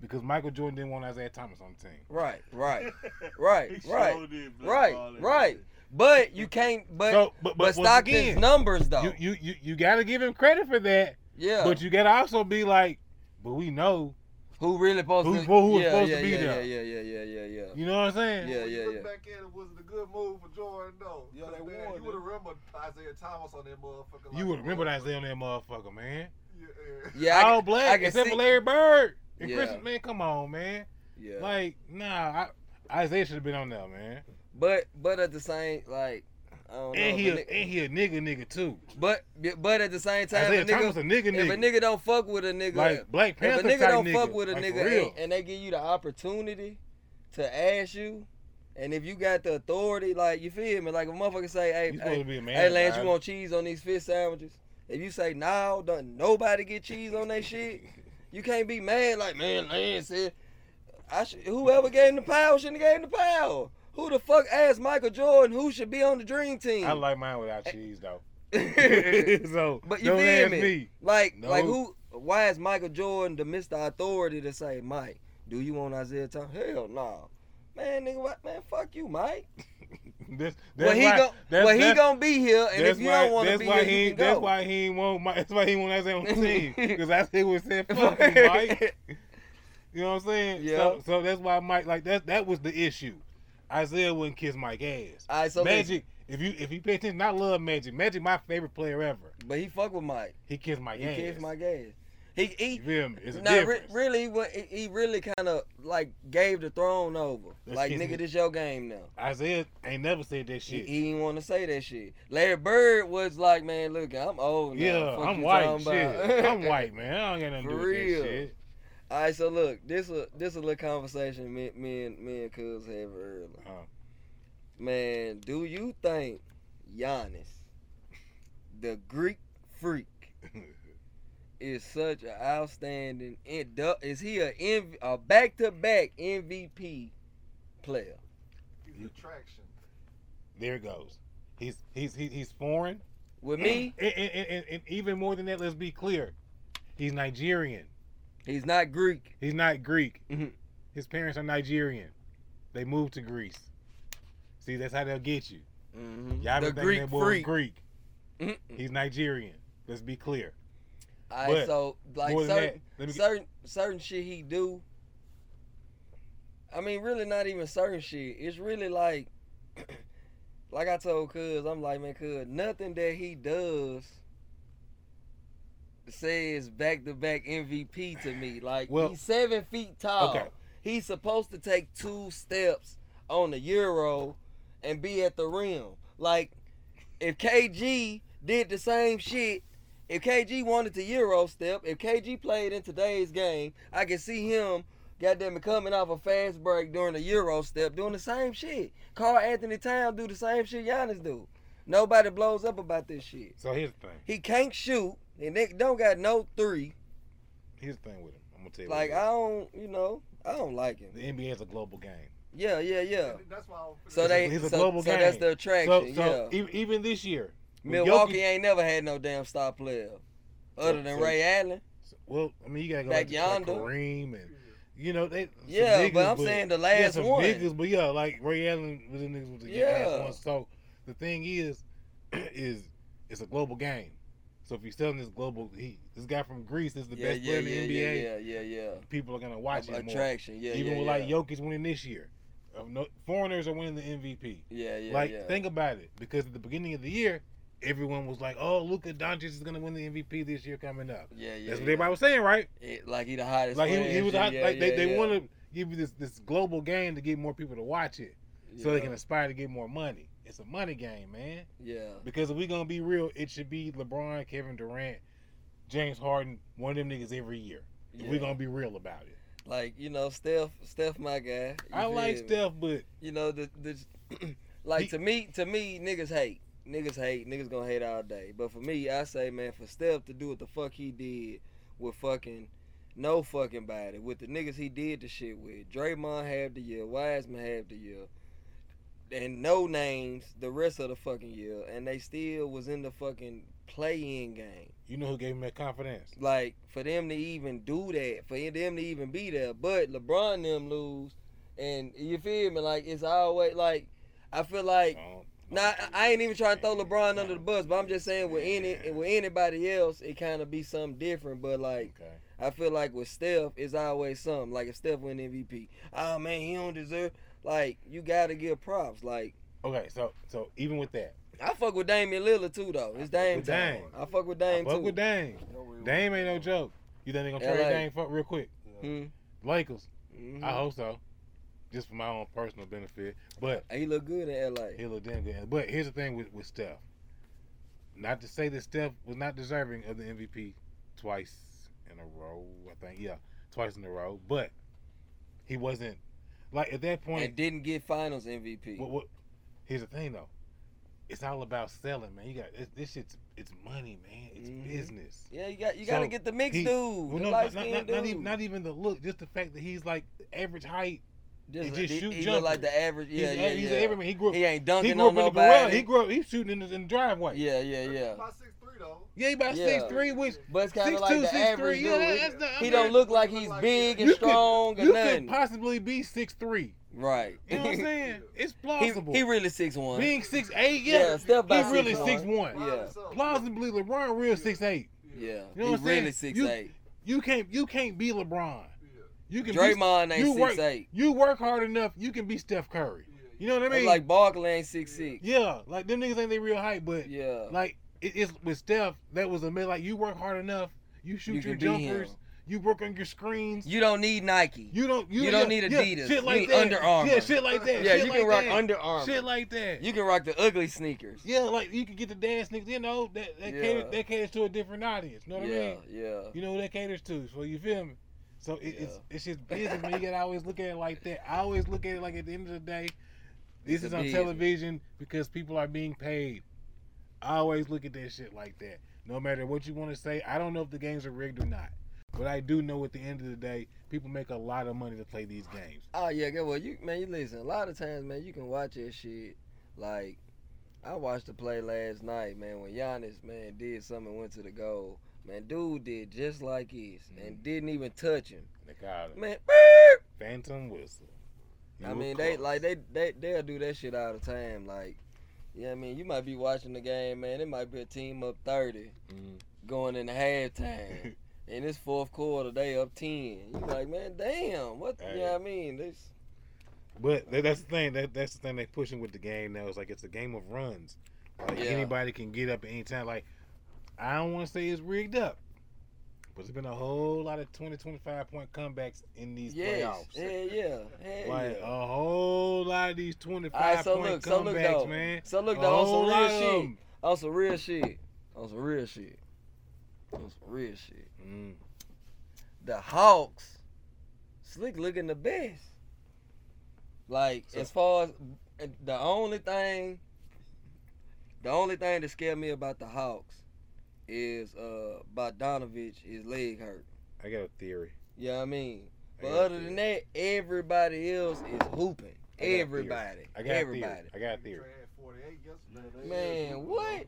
D: because Michael Jordan didn't want Isaiah Thomas on the team. (laughs)
B: Right.
C: (laughs)
B: Right. right.
C: He
B: Right.
C: showed him black
B: Right.
C: ball and
B: Right.
C: shit.
B: But you can't. But
D: So,
B: but,
D: but but, once
B: Stockton's
D: again,
B: numbers though.
D: you you you, you got to give him credit for that,
B: yeah.
D: but you got to also be like, but we know,
B: who really supposed
D: Who-
B: to?
D: who was
B: yeah,
D: supposed
B: yeah,
D: to be
B: yeah,
D: there?
B: Yeah. Yeah. Yeah. Yeah. Yeah. Yeah.
D: you know what I'm saying?
B: Yeah.
E: When
B: Yeah.
E: you
B: Yeah.
E: look back at it, was it a good move for Jordan, though?
C: Yeah, they won
E: You
C: it.
E: would have remembered Isaiah Thomas on that motherfucker. oh,
D: You would remember that Isaiah on that motherfucker, man.
E: Yeah, (laughs)
B: Yeah, I
D: All
B: can-
D: black
B: I can
D: except
B: see-
D: for Larry Bird and
B: Yeah.
D: Chris. Man, come on, man.
B: Yeah.
D: Like, nah, I, Isaiah should have been on there, man.
B: But but at the same like. I don't know,
D: And he,
B: if a
D: a,
B: ni-
D: and he a nigga, nigga too.
B: but but at the same time,
D: Isaiah
B: a nigga,
D: Thomas a nigga,
B: if a
D: nigga.
B: nigga don't fuck with a nigga,
D: Like Black
B: if
D: Panther
B: a nigga
D: type
B: don't
D: nigga.
B: fuck with a
D: like,
B: nigga
D: for real.
B: and, and they give you the opportunity to ask you, and if you got the authority, like you feel me, like a motherfucker say, hey,
D: you supposed to
B: hey,
D: be a man.
B: hey Lance, you
D: guys.
B: want cheese on these fish sandwiches? If you say no, don't nobody get cheese on that shit. You can't be mad like man, Lance said. I should, whoever gave him the power shouldn't have gave him the power. Who the fuck asked Michael Jordan who should be on the dream team?
D: I like mine without
B: (laughs)
D: cheese though. (laughs)
B: like,
D: so
B: But you
D: don't
B: feel
D: ask
B: me?
D: me.
B: like,
D: No.
B: who? Why is Michael Jordan the Mr. Authority to say, Mike, do you want Isaiah Thomas? Hell no, man, nigga, what, man, fuck you, Mike.
D: This,
B: Well,
D: that's
B: he
D: why,
B: go,
D: that's,
B: well, he
D: that's-
B: gonna be here, and if
D: that's
B: you
D: why,
B: don't want to
D: that's
B: be here,
D: why he,
B: you can
D: That's
B: go. (laughs)
D: why he ain't want. My, that's why he want Isaiah on the team because Isaiah
B: (laughs)
D: was saying, "Fuck you, Mike." You know what I'm saying?
B: Yeah.
D: So, so that's why Mike like that. That was the issue. Isaiah wouldn't kiss Mike ass.
B: All right, so listen,
D: Magic, if you if you pay attention, I love Magic. Magic, my favorite player ever.
B: but he fuck with Mike.
D: He kissed my
B: He
D: ass.
B: kissed my gas. He he.
D: You feel me? It's a
B: Nah, re-
D: difference.
B: really, he wa- he he really kind of like gave the throne over.
D: Let's
B: like,
D: kiss
B: nigga,
D: it.
B: this your game now.
D: Isaiah ain't never said that
B: He,
D: shit.
B: he didn't want to say that shit. Larry Bird was like, man, look, I'm old now.
D: yeah,
B: Fuck
D: I'm
B: you
D: white.
B: talking about?"
D: Shit. I'm white, man. I don't got nothing to do
B: (laughs) For
D: with
B: real.
D: that shit.
B: (laughs) All right, so look, this a this a little conversation me, me and me and Cuz had earlier.
D: Uh-huh.
B: Man, do you think Giannis, the Greek
D: (laughs)
B: freak, is such an outstanding? in- du- Is he a MV a back to back MVP player?
E: He's an attraction.
D: There it goes. He's he's he- he's foreign.
B: With
D: (clears throat)
B: me,
D: And, and, and, and- and even more than that, let's be clear. He's Nigerian.
B: he's not Greek.
D: He's not Greek.
B: Mhm.
D: His parents are Nigerian. They moved to Greece. See, that's how they'll get you.
B: Mhm.
D: Y'all
B: The
D: been thinking
B: Greek
D: that boy was
B: freak.
D: Greek.
B: Mhm.
D: He's Nigerian. Let's be clear.
B: All right,
D: But
B: so like
D: more than
B: certain,
D: that, let me get,
B: certain certain shit he do. I mean, really not even certain shit. It's really like, (clears throat) like I told Cuz, I'm like, man, Cuz, nothing that he does says back to back MVP to me. Like
D: Well-
B: he's seven feet tall.
D: Okay.
B: He's supposed to take two steps on the Euro and be at the rim. Like, if KG did the same shit, if KG wanted to Euro step, if KG played in today's game, I could see him goddamn it coming off a fast break during the Euro step doing the same shit. Carl Anthony Town do the same shit Giannis do. Nobody blows up about this shit.
D: So here's the thing.
B: He can't shoot and they don't got no three.
D: Here's the thing with him. I'm gonna tell you.
B: Like I
D: what
B: don't you know, I don't like
D: it
B: him.
D: is. the NBA is a global game.
B: Yeah, yeah, yeah.
E: And That's why. I don't-
B: So they
D: He's a
B: so,
D: global
B: so that's
D: game.
B: the
D: So,
B: attraction,
D: so
B: yeah.
D: e- even this year, when
B: Milwaukee
D: Jokic-
B: ain't never had no damn star player. Other than
D: So-
B: Ray Allen.
D: well, I mean, you gotta go
B: Back
D: back like
B: yonder.
D: Kareem and you know they. some
B: Yeah,
D: niggas,
B: but I'm saying the
D: yeah,
B: last
D: some
B: one.
D: niggas, but yeah, like Ray Allen was the niggas with the
B: Yeah.
D: last one. So the thing is, (clears throat) is it's a global game. So if you're selling this global, he this guy from Greece is the
B: yeah,
D: best
B: yeah,
D: player
B: yeah,
D: in the NBA.
B: yeah, yeah, yeah, yeah.
D: People are gonna watch it more.
B: Attraction, yeah,
D: Even
B: yeah,
D: with
B: yeah.
D: like Jokic winning this year, Uh, no, foreigners are winning the MVP.
B: yeah, yeah,
D: like
B: yeah.
D: think about it, because at the beginning of the year, everyone was like, "Oh, Luka Doncic is gonna win the MVP this year coming up."
B: yeah, yeah,
D: That's what
B: yeah.
D: everybody was saying, right?
B: It- like he the hottest.
D: Like
B: player
D: he, he
B: and
D: was
B: shit,
D: out,
B: yeah,
D: like
B: yeah,
D: they, they
B: yeah.
D: want to give you this this global game to get more people to watch it, so they
B: Yeah,
D: can aspire to get more money. It's a money game, man.
B: Yeah,
D: Because if we gonna be real, it should be LeBron, Kevin Durant, James Harden, one of them niggas every year. If
B: yeah.
D: we gonna be real about it.
B: like you know Steph, Steph my guy. You
D: I like
B: feel me?
D: Steph, but
B: You know the the (clears throat) like
D: He-
B: to me to me niggas hate. Niggas hate, niggas gonna hate all day. But for me, I say, man, for Steph to do what the fuck he did with fucking no fucking body, with the niggas he did the shit with, Draymond half the year, Wiseman half the year, and no names the rest of the fucking year, and they still was in the fucking play-in game.
D: you know who gave him that confidence?
B: like for them to even do that, for them to even be there. But LeBron and them lose, and you feel me? Like it's always like I feel like
D: Um,
B: now I ain't even trying to throw LeBron under the bus, but I'm just saying with any and with anybody else, it kind of be something different. But like
D: okay.
B: I feel like with Steph, it's always something. Like if Steph win MVP, oh man, he don't deserve. Like you gotta give props. Like
D: Okay, so so even with that,
B: I fuck with Damian Lillard too though. It's Dame
D: with
B: time.
D: Dame.
B: I fuck with
D: I
B: Dame
D: fuck
B: too.
D: with Dame. Dame ain't no joke. You think they gonna trade
B: LA.
D: Dame for real quick?
B: Hmm.
D: Lakers.
B: Mhm.
D: I hope so. Just for my own personal benefit. But
B: He look good in LA.
D: he looked damn good. But here's the thing with, with Steph. Not to say that Steph was not deserving of the MVP twice in a row, I think. Yeah, twice in a row. But he wasn't like at that
B: and
D: point
B: didn't get Finals MVP.
D: what, what here's the thing though. It's all about selling, man. You got this, this shit's it's money, man. It's
B: Mhm.
D: business.
B: yeah, you got you
D: So,
B: got to get the mixed
D: he-
B: dude,
D: Well,
B: the
D: no,
B: light
D: not,
B: skinned
D: not,
B: dude.
D: not, not even, not even the look, just the fact that he's like average height.
B: just,
D: he just
B: he,
D: shoot
B: he look like
D: jumpers.
B: the average. Yeah,
D: he's,
B: yeah,
D: he's
B: yeah.
D: an everyman. He grew up.
B: He ain't
D: He,
B: dunking
D: grew up
B: on
D: in the garage.
B: nobody.
D: He grew up. He's shooting in the, in the driveway.
B: yeah, yeah, yeah.
E: About six three though.
D: Yeah, he about
B: Yeah.
D: six three, which
B: But it's kind
D: six
B: of like
D: two,
B: the
D: six
B: average
D: three.
B: dude.
D: Yeah, that's not, I
B: he
D: mean,
B: don't look like he's
E: like
B: big
E: that.
B: and
D: You could-
B: strong or
D: You
B: nothing.
D: could possibly be six three.
B: right.
D: You know what I'm saying? It's
B: (laughs) he,
D: plausible.
B: he really six one.
D: Being six eight,
B: yeah,
D: yeah,
B: Steph about
D: he really six
B: 6'1".
D: one.
B: Yeah.
D: Plausibly, LeBron real six eight.
B: Yeah,
D: You know
B: he
D: what I'm
B: really
D: saying?
B: six
D: You-
B: eight.
D: You can't. You can't be LeBron. You can.
B: Draymond
D: be,
B: ain't
D: you
B: six
D: work,
B: eight.
D: You work hard enough, you can be Steph Curry. You know what I mean?
B: Like Barkley ain't six six.
D: yeah, like them niggas ain't they real hype, but
B: Yeah,
D: Like it, it's with Steph, that was a mid. Like you work hard enough, you shoot
B: you
D: your
B: can be him.
D: jumpers, you work on your screens. You,
B: You don't need Nike.
D: don't. You,
B: you don't
D: yeah,
B: need
D: yeah,
B: Adidas.
D: Shit
B: You
D: like
B: need
D: that.
B: Under Armour.
D: Yeah, shit like that.
B: yeah,
D: shit
B: you
D: like
B: can rock
D: that.
B: Under Armour.
D: Shit like that.
B: You can rock the ugly sneakers.
D: yeah, like you can get the dance niggas. You know that that,
B: Yeah.
D: caters, that caters to a different audience. You know what I
B: yeah,
D: mean?
B: yeah.
D: You know who that caters to. So you feel me? So it, it's it's just business. man. You gotta always look at it like that. I always look at it like at the end of the day,
B: It's
D: this
B: a
D: is on
B: business.
D: television because people are being paid. I always look at that shit like that. No matter what you want to say, I don't know if the games are rigged or not, but I do know at the end of the day, people make a lot of money to play these games.
B: Oh yeah, good. Well, you man, you listen. A lot of times, man, you can watch that shit. Like, I watched the play last night, man. When Giannis, man, did something, and went to the goal. Man, dude did just like this and didn't even touch him.
D: They call it
B: Man, beep.
D: phantom whistle.
B: I
D: You
B: mean,
D: were
B: they
D: close.
B: like they they they'll do that shit all the time. Like, yeah, I mean, you might be watching the game, man. It might be a team up thirty
D: Mhm.
B: going into
D: (laughs)
B: halftime. In this fourth quarter, they up ten. You like, man, damn, what? Yeah,
D: Hey.
B: I mean, this.
D: But that, that's the thing. That that's the thing they pushing with the game now. It's like it's a game of runs. Like
B: Yeah.
D: anybody can get up at any time. Like I don't want to say it's rigged up, but there's been a whole lot of 20, 25 point comebacks in these
B: Yes.
D: playoffs.
B: Yeah, yeah. Hell
D: (laughs) Like
B: yeah.
D: a whole lot lot of these twenty-five
B: All right, so
D: point
B: look, so look
D: comebacks,
B: though,
D: man.
B: so look
D: A
B: though,
D: whole
B: on
D: lot
B: some
D: of
B: real shit,
D: them.
B: on some real shit, on some real shit, on some real shit.
D: Mm.
B: The Hawks, Slick looking the best. Like
D: So-
B: as far as the only thing, the only thing that scared me about the Hawks is uh Bogdanovich his leg hurt.
D: I got a theory.
B: You know what I mean?
D: I
B: But
D: got a
B: other than
D: theory.
B: that, everybody else is hooping.
D: I got a theory.
B: Everybody.
D: I got a
B: everybody.
D: theory. I got a theory.
E: Trey had 48 yesterday.
B: Man, what?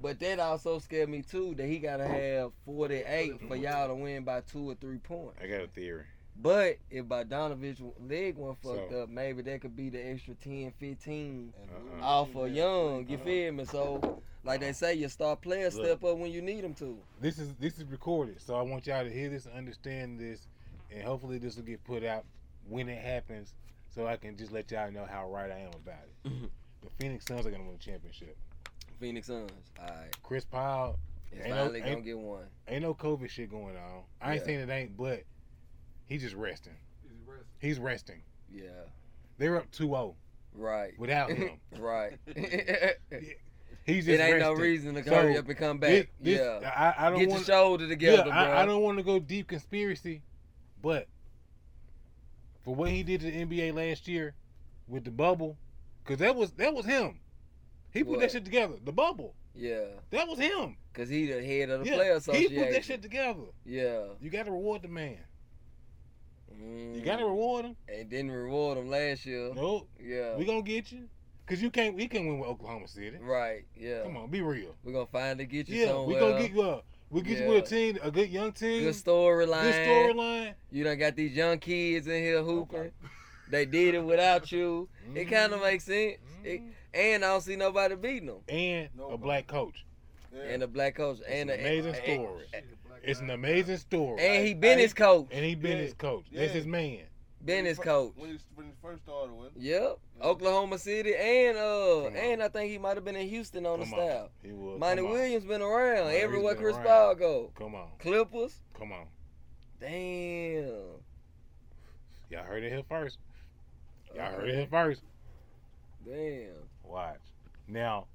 B: But that also scared me too that he gotta have 48
D: (laughs)
B: for y'all to win by two or three points.
D: I got a theory.
B: But if Bogdanovich's leg one fucked
D: So-
B: up, maybe that could be the extra 10, 15
D: Uh-uh.
B: off of Young.
C: Uh-huh.
B: You feel me? So, like they say, your star players
D: Uh-huh. Look.
B: step up when you need them to.
D: This is this is recorded, so I want y'all to hear this, and understand this, and hopefully this will get put out when it happens, so I can just let y'all know how right I am about it.
B: Mhm.
D: the Phoenix Suns are gonna win the championship.
B: Phoenix Suns. All right.
D: Chris Paul,
B: It's
D: Ain't no-
B: finally gonna
D: ain't-
B: get one.
D: ain't no COVID shit going on. I ain't
B: Yeah.
D: saying it ain't, but he just resting.
E: Is he resting?
D: He's resting.
B: Yeah.
D: They're up 2-0
B: Right. (laughs)
D: without him. (laughs)
B: Right.
D: He's
B: it
D: just
B: ain't no
D: resting.
B: reason to
D: So,
B: hurry up and come back.
D: This- this-
B: yeah.
D: I, I don't
B: Get
D: want.
B: your shoulder together,
D: yeah,
B: bro.
D: I, I don't want to go deep conspiracy, but for what he did to the NBA last year with the bubble, because that was that was him. He put
B: What?
D: that shit together. The bubble.
B: yeah,
D: That was him.
B: cause he the head of the
D: yeah.
B: player
D: he
B: association.
D: put that shit together.
B: yeah,
D: You got to reward the man. You
B: Mm. Oh,
D: got to reward him.
B: and didn't reward him last year.
D: No,
B: Yeah,
D: we gonna get you, cause you can't. We can win with Oklahoma City.
B: right. Yeah,
D: Come on, be real.
B: we're gonna finally get you
D: Yeah, we
B: somewhere.
D: gonna get you. Uh, we get you
B: Yeah.
D: with a team, a good young team,
B: good
D: good
B: storyline.
D: storyline.
B: You done got these young kids in here hooping.
D: (laughs)
B: They did it without you. It kind of
D: Mhm.
B: makes sense. It,
D: Mhm.
B: and I don't see nobody beating them.
D: and
C: Nobody.
D: a black coach.
B: And a black coach. and
D: an
B: a-
D: amazing
B: and-
D: story.
E: Shit, black
D: It's an
E: guy.
D: amazing story.
B: And he been
C: Hey.
B: his coach.
D: And he been
C: Yeah.
D: his coach. That's
C: Yeah.
D: his man.
B: Been his coach.
C: When he, when he first started with it.
B: Yep, Oklahoma City, and uh,
D: Come on.
B: and I think he might have been in Houston on
D: Come
B: the
D: on.
B: staff.
D: He was.
B: Monty
D: come on.
B: Williams been around
D: Nah, he's
B: everywhere
D: been
B: Chris
D: around.
B: Paul go.
D: Come on,
B: Clippers,
D: come on.
B: damn.
D: Y'all heard it here first. Y'all heard it here first.
B: Damn.
D: Watch. Now,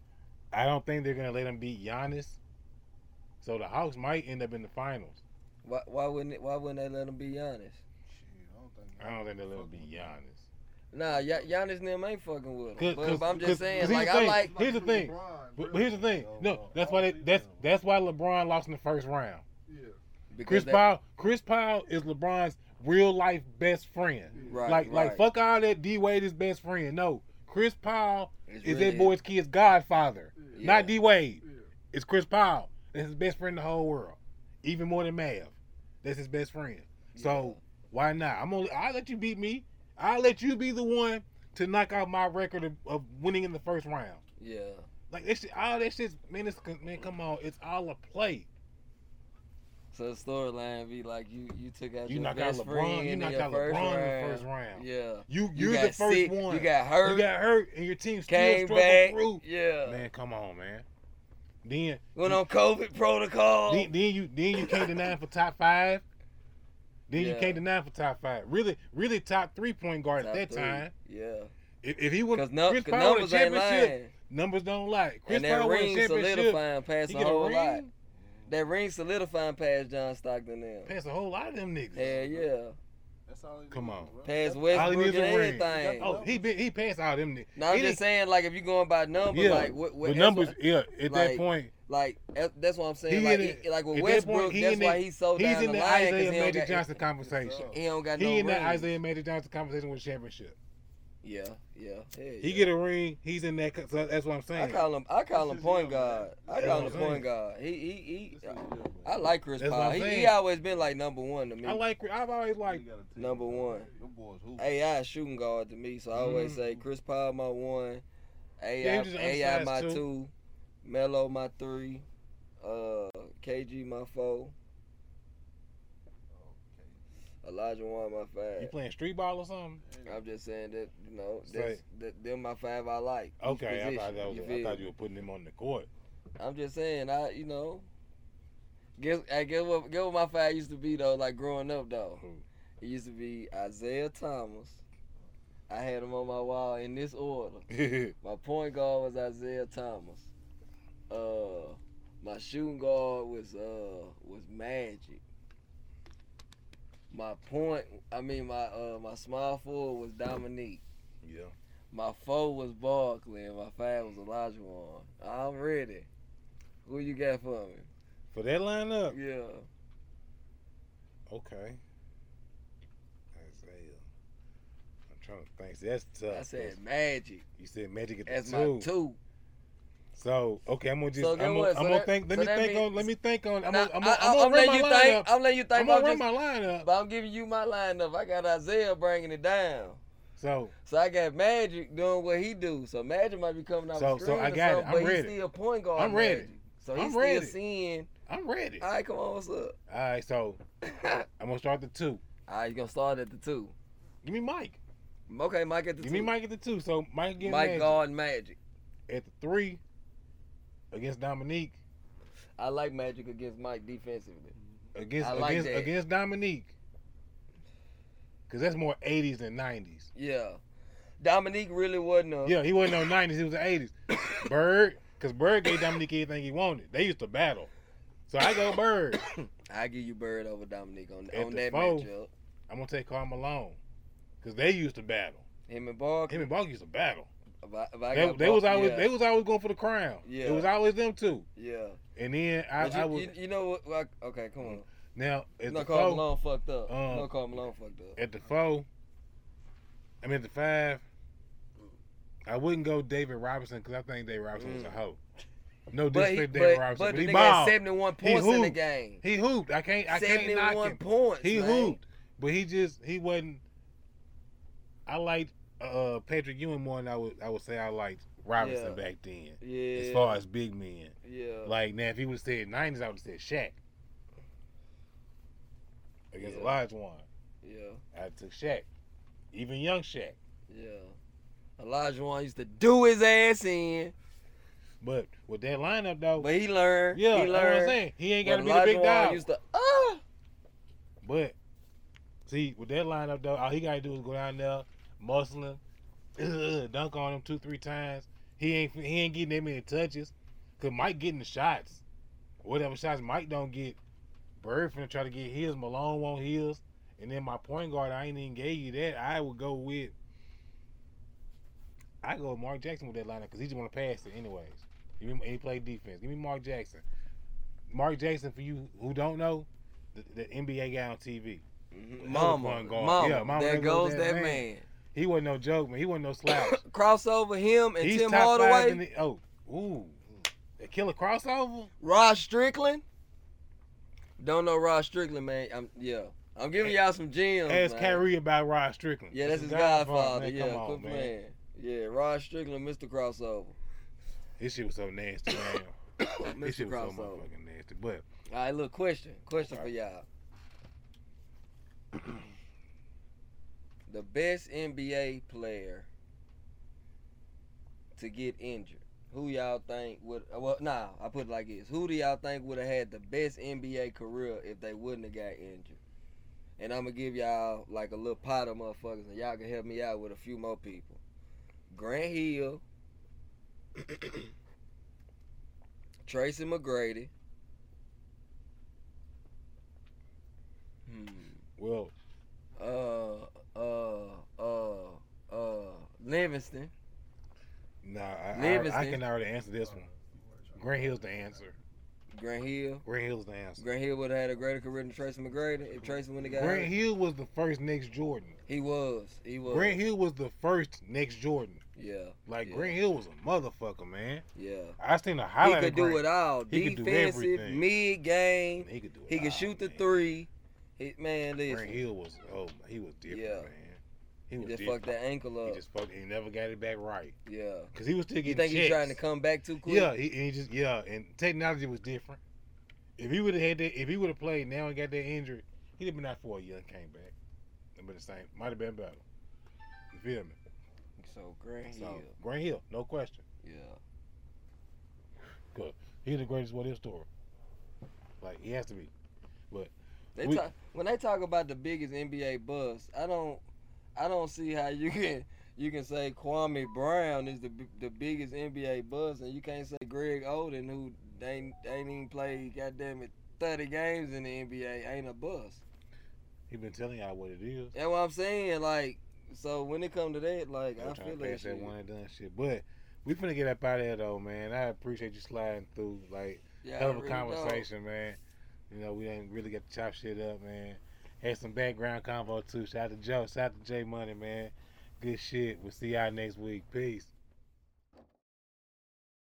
D: I don't think they're gonna let him beat Giannis. So the Hawks might end up in the finals.
B: Why, why wouldn't it, why wouldn't they let him be honest?
D: I don't think they'll let him beat Giannis.
B: Nah, y- Giannis them ain't fucking with him.
D: Cause-
B: But
D: cause-
B: I'm just
D: cause-
B: saying,
D: cause here's
B: like
D: the
B: I
D: thing.
B: like,
E: Like
D: Here's the
E: Drew
D: thing.
E: LeBron,
D: But,
E: really.
D: but here's the thing. No, that's why they, that's that's why LeBron lost in the first round.
E: Yeah.
B: because
D: Chris
B: they-
D: Paul. Chris Paul is LeBron's real life best friend.
B: right,
D: like
B: right.
D: like fuck all that. D Wade is best friend. No, Chris Paul
B: It's
D: is
B: really-
D: that boy's kid's godfather.
E: Yeah.
B: Yeah.
D: Not D Wade.
E: Yeah.
D: It's Chris Paul. That's his best friend in the whole world, even more than Mav. That's his best friend. So why not? I'm gonna. I'll let you beat me. I'll let you be the one to knock out my record of, of winning in the first round.
B: Yeah,
D: Like this, shit, all that shit, man. It's, man, come on, it's all a play.
B: so the storyline be like you you took out
D: You
B: your
D: knock out
B: best friend
D: LeBron. You
B: in
D: knocked
B: your
D: out
B: first
D: LeBron
B: round.
D: in the first round.
B: Yeah,
D: You,
B: you
D: you're
B: got
D: the first
B: sick,
D: one.
B: You got hurt.
D: You got hurt, and your team still
B: came
D: struggled
B: back.
D: through.
B: Yeah.
D: Man, come on, man. Then,
B: Went on COVID protocol.
D: then, then you, then you can't deny for top five. Then you
B: Yeah.
D: can't deny for top five. Really, really top three point guard
B: Top
D: at that
B: three.
D: time.
B: Yeah.
D: If, if he would,
B: Because num-
D: Chris
B: 'cause
D: Paul won a
B: numbers ain't
D: championship.
B: lying.
D: Numbers don't lie. Chris
B: and that
D: Paul won a
B: ring
D: championship.
B: solidifying past
D: He
B: a
D: get a
B: whole lot.
D: ring.
B: That ring solidifying past John Stockton now.
D: Pass a whole lot of them niggas.
B: Hell yeah.
C: That's all he
D: Come
C: needed,
D: on.
C: bro.
B: Past
C: That's-
D: All he
B: Westbrook
D: needs
B: and
D: is a ring.
B: everything.
D: Oh, he been, he passed all them niggas.
B: Now I'm
D: Any-
B: just saying, like, if you're going by numbers,
D: Yeah,
B: like, what, what,
D: But
B: that's
D: numbers,
B: what-
D: yeah.
B: like,
D: At that point,
B: like, that- that's what I'm saying.
D: He
B: like,
D: in
B: it- like with
D: at that
B: Westbrook,
D: point, he
B: that's
D: in
B: why
D: the-
B: he's so
D: he's
B: down
D: in
B: the
D: the
B: line 'cause
D: Isaiah
B: he don't
D: Magic
B: got-
D: Johnson conversation.
B: (laughs)
C: Yes,
B: He don't got no
D: He in
B: ring.
D: that Isaiah Magic Johnson conversation with championship.
B: Yeah, yeah. Hell yeah.
D: He get a ring. He's in that. co- So that's what I'm
B: I
D: saying.
B: call him. I call
C: This
B: him
C: is
B: point
C: young,
B: guard.
C: man.
B: I
D: That's
B: call
D: what
B: him
D: I'm
B: point
D: saying.
B: guard. He he
C: this
B: he.
C: is good,
B: I
C: man.
B: like Chris
D: That's what
B: Paul. He,
D: I'm
B: he
D: saying.
B: always been like number one to me.
D: I like. I've always liked.
C: You got a team.
B: number one.
C: Them boys hoop.
B: AI shooting guard to me, so I always
D: Mhm.
B: say Chris Paul my one, AI
D: Yeah, he was just
B: AI
D: undersized,
B: my
D: too.
B: two, Melo my three, uh KG my four, Elijah one my
D: You
B: five.
D: playing street ball or something?
B: I'm just saying that you know
D: Say-
B: that's, that them my five I like. each
D: Okay, I thought
B: position,
D: that was.
B: you
D: I
B: feel
D: thought
B: me?
D: you were putting him on
B: (laughs)
D: the court.
B: I'm just saying I you know. Guess I guess what guess what my five used to be though like growing up though.
D: Who?
B: It used to be Isaiah Thomas, I had them on my wall in this order.
D: yeah,
B: My point guard was Isaiah Thomas. Uh, my shooting guard was uh was Magic. My point, I mean my uh my small forward was Dominique. My four was Barkley, and my five was Olajuwon. I'm ready. Who you got for me?
D: for that lineup.
B: Yeah.
D: Okay. Isaiah. I'm trying to think. See, That's tough.
B: I said Magic
D: you said Magic at the
B: as
D: two.
B: my two.
D: So okay, I'm gonna just
B: So
D: I'm
B: then
D: gonna,
B: what?
D: I'm
B: So
D: gonna
B: that-
D: think. Let
B: so
D: me
B: that
D: think
B: means-
D: on. Let me think on. I'm
B: Now,
D: gonna I'm gonna-
B: I- I-
D: I'm gonna run
B: letting
D: my
B: you think.
D: lineup.
B: I'm letting you think.
D: I'm gonna run
B: just-
D: my lineup.
B: But I'm giving you my lineup. I got Isaiah bringing it down.
D: So
B: So I got Magic doing what he do. So Magic might be coming out
D: So-
B: the
D: so
B: screen
D: I
B: or
D: got it.
B: something,
D: I'm
B: but
D: ready.
B: he's still point guard.
D: I'm ready.
B: Magic. So he's
D: I'm
B: still
D: ready.
B: seeing.
D: I'm ready.
B: All right, come on, what's up? (laughs)
D: All right, so I'm gonna start the two.
B: All right, you gonna start at the two.
D: Give me Mike.
B: Okay, Mike at the
D: Give
B: two.
D: me Mike at the two. So Mike getting
B: Mike
D: Magic
B: guard Magic.
D: at the three against Dominique
B: I like Magic against Mike defensively.
D: against
B: I like
D: against
B: that.
D: against Dominique. Cause that's more 80s than 90s.
B: Yeah. Dominique really wasn't a.
D: Yeah, he wasn't no 90s. He was the
B: (coughs)
D: 80s. Bird, because Bird gave Dominique anything he wanted. They used to battle. So I go Bird. (coughs)
B: I give you Bird over Dominique on,
D: At
B: on
D: the
B: that
D: four.
B: matchup.
D: I'm going to take Carl Malone. Because they used to battle.
B: Him and Bark.
D: Him and Bogey used to battle.
B: if I- if I
D: They,
B: got
D: they
B: Bark-
D: was always
B: yeah,
D: they was always going for the crown.
B: Yeah.
D: It was always them two.
B: yeah.
D: And then I,
B: But you,
D: I was
B: you, you know what? well, I- Okay, come on.
D: now at
B: No,
D: the
B: Carl
D: four,
B: Malone fucked up.
D: Um,
B: no, Carl Malone fucked up.
D: at the four. I mean at the five. I wouldn't go David Robinson because I think David Robinson was a
B: Mm.
D: hoe. No
B: But, he,
D: disrespect, David
B: but,
D: Robinson,
B: but
D: but,
B: the
D: he
B: nigga had
D: balled.
B: 71
D: He
B: points in the
D: hooped.
B: game.
D: He hooped. I can't. I can't knock
B: 71
D: him.
B: points.
D: He
B: man.
D: hooped, but he just he wasn't. I liked uh, Patrick Ewing more than I would. I would say I liked Robinson
B: Yeah.
D: back then,
B: Yeah.
D: as far as big men.
B: Yeah.
D: Like now, if he would have said nineties, I would have said Shaq. Against
B: Yeah.
D: a large one,
B: yeah.
D: I took Shaq, even young Shaq.
B: Yeah. Elijah Wan used to do his ass in,
D: But with that lineup though,
B: but he learned.
D: yeah,
B: he
D: that's what I'm
B: learned.
D: saying he ain't got to
B: But
D: be the big
B: Olajuwon
D: dog.
B: used to, ah!
D: But see, with that lineup though, all he gotta do is go down there, muscle him, ugh, (clears throat) dunk on him two, three times. He ain't he ain't getting that many touches. Cause Mike getting the shots. Whatever shots Mike don't get, Bird finna try to get his, Malone won't his. And then my point guard, I ain't even gave you that. I would go with I go with Mark Jackson with that lineup because he just want to pass it anyways. Give me, and he play defense. Give me Mark Jackson. Mark Jackson, for you who don't know, the, the NBA guy on TV.
B: Mama,
D: point guard.
B: mama,
D: Yeah, mama,
B: there
D: there goes
B: goes that
D: that
B: man.
D: He wasn't no joke, man. He wasn't no slouch.
B: Crossover him (coughs) and
D: He's
B: Tim
D: top five in
B: Hardaway,
D: the oh, ooh, a killer crossover.
B: Rod Strickland. Don't know Rod Strickland, man. I'm yeah. I'm giving y'all some gems.
D: Ask
B: Oh, man.
D: Kyrie about Rod Strickland.
B: Yeah, that's his godfather. yeah, quit playing. Yeah, Rod Strickland, Mr. Crossover. (coughs)
D: This shit was so nasty, man. this
B: Mr.
D: shit was so
B: Crossover.
D: motherfucking nasty. But
B: All right, look, question. Question for y'all. (clears throat) the best NBA player to get injured. Who y'all think would? Well, nah, I put it like this. Who do y'all think would have had the best NBA career if they wouldn't have got injured? And I'm gonna give y'all like a little pot of motherfuckers, and y'all can help me out with a few more people. Grant Hill, Tracy McGrady. Hmm
D: well,
B: uh, uh, uh, uh, Livingston.
D: nah, I, I, I
B: Livingston.
D: can already answer this one. Grant Hill's the answer.
B: Grant Hill.
D: Grant Hill's the answer.
B: Grant Hill would have had a greater career than Tracy McGrady if Tracy wouldn't have got
D: Grant
B: hurt.
D: Hill was the first next Jordan.
B: He was. He was.
D: Grant Hill was the first next Jordan.
B: Yeah,
D: Like
B: Yeah.
D: Grant Hill was a motherfucker, man.
B: yeah.
D: I seen a
B: He
D: highlight.
B: could
D: of
B: do
D: Grant.
B: it all.
D: He could do
B: Defensive,
D: everything.
B: mid game.
D: He could do it.
B: He could
D: all,
B: shoot the
D: man.
B: three. He, man,
D: Grant
B: listen.
D: Hill was oh he was different
B: Yeah.
D: man. He
B: He
D: was
B: just
D: different.
B: fucked that ankle
D: He
B: up.
D: just fucked. He never got it back right
B: Yeah.
D: because he was still getting.
B: You think he's
D: checks.
B: trying to come back too quick?
D: Yeah, he, and he just yeah, and technology was different. If he would have had that, if he would have played now and got that injury, he'd have been out for a year and came back. It'd been the same. Might have been better. You feel me?
B: So Grant
D: So
B: Hill.
D: Grant Hill, no question.
B: Yeah.
D: He's the greatest what if story. Like he has to be.
B: They
D: We-
B: talk, when they talk about the biggest NBA bust, I don't I don't see how you can you can say Kwame Brown is the b- the biggest NBA buzz, and you can't say Greg Oden, who they ain't, they ain't even played goddamn it thirty games in the NBA, ain't a buzz.
D: He been telling y'all what it is.
B: That's what I'm saying. Like, so when it come to that, like
D: I'm
B: I
D: trying
B: feel
D: to
B: that
D: pass that
B: shit.
D: one and done shit. But we finna get up out of here though, man. I appreciate you sliding through. Like
B: Yeah, I
D: hell of a
B: really don't.
D: conversation, man. You know, we ain't really got to chop shit up, man. Had some background convo too. Shout out to Joe. Shout out to J Money, man. Good shit. We'll see y'all next week. Peace.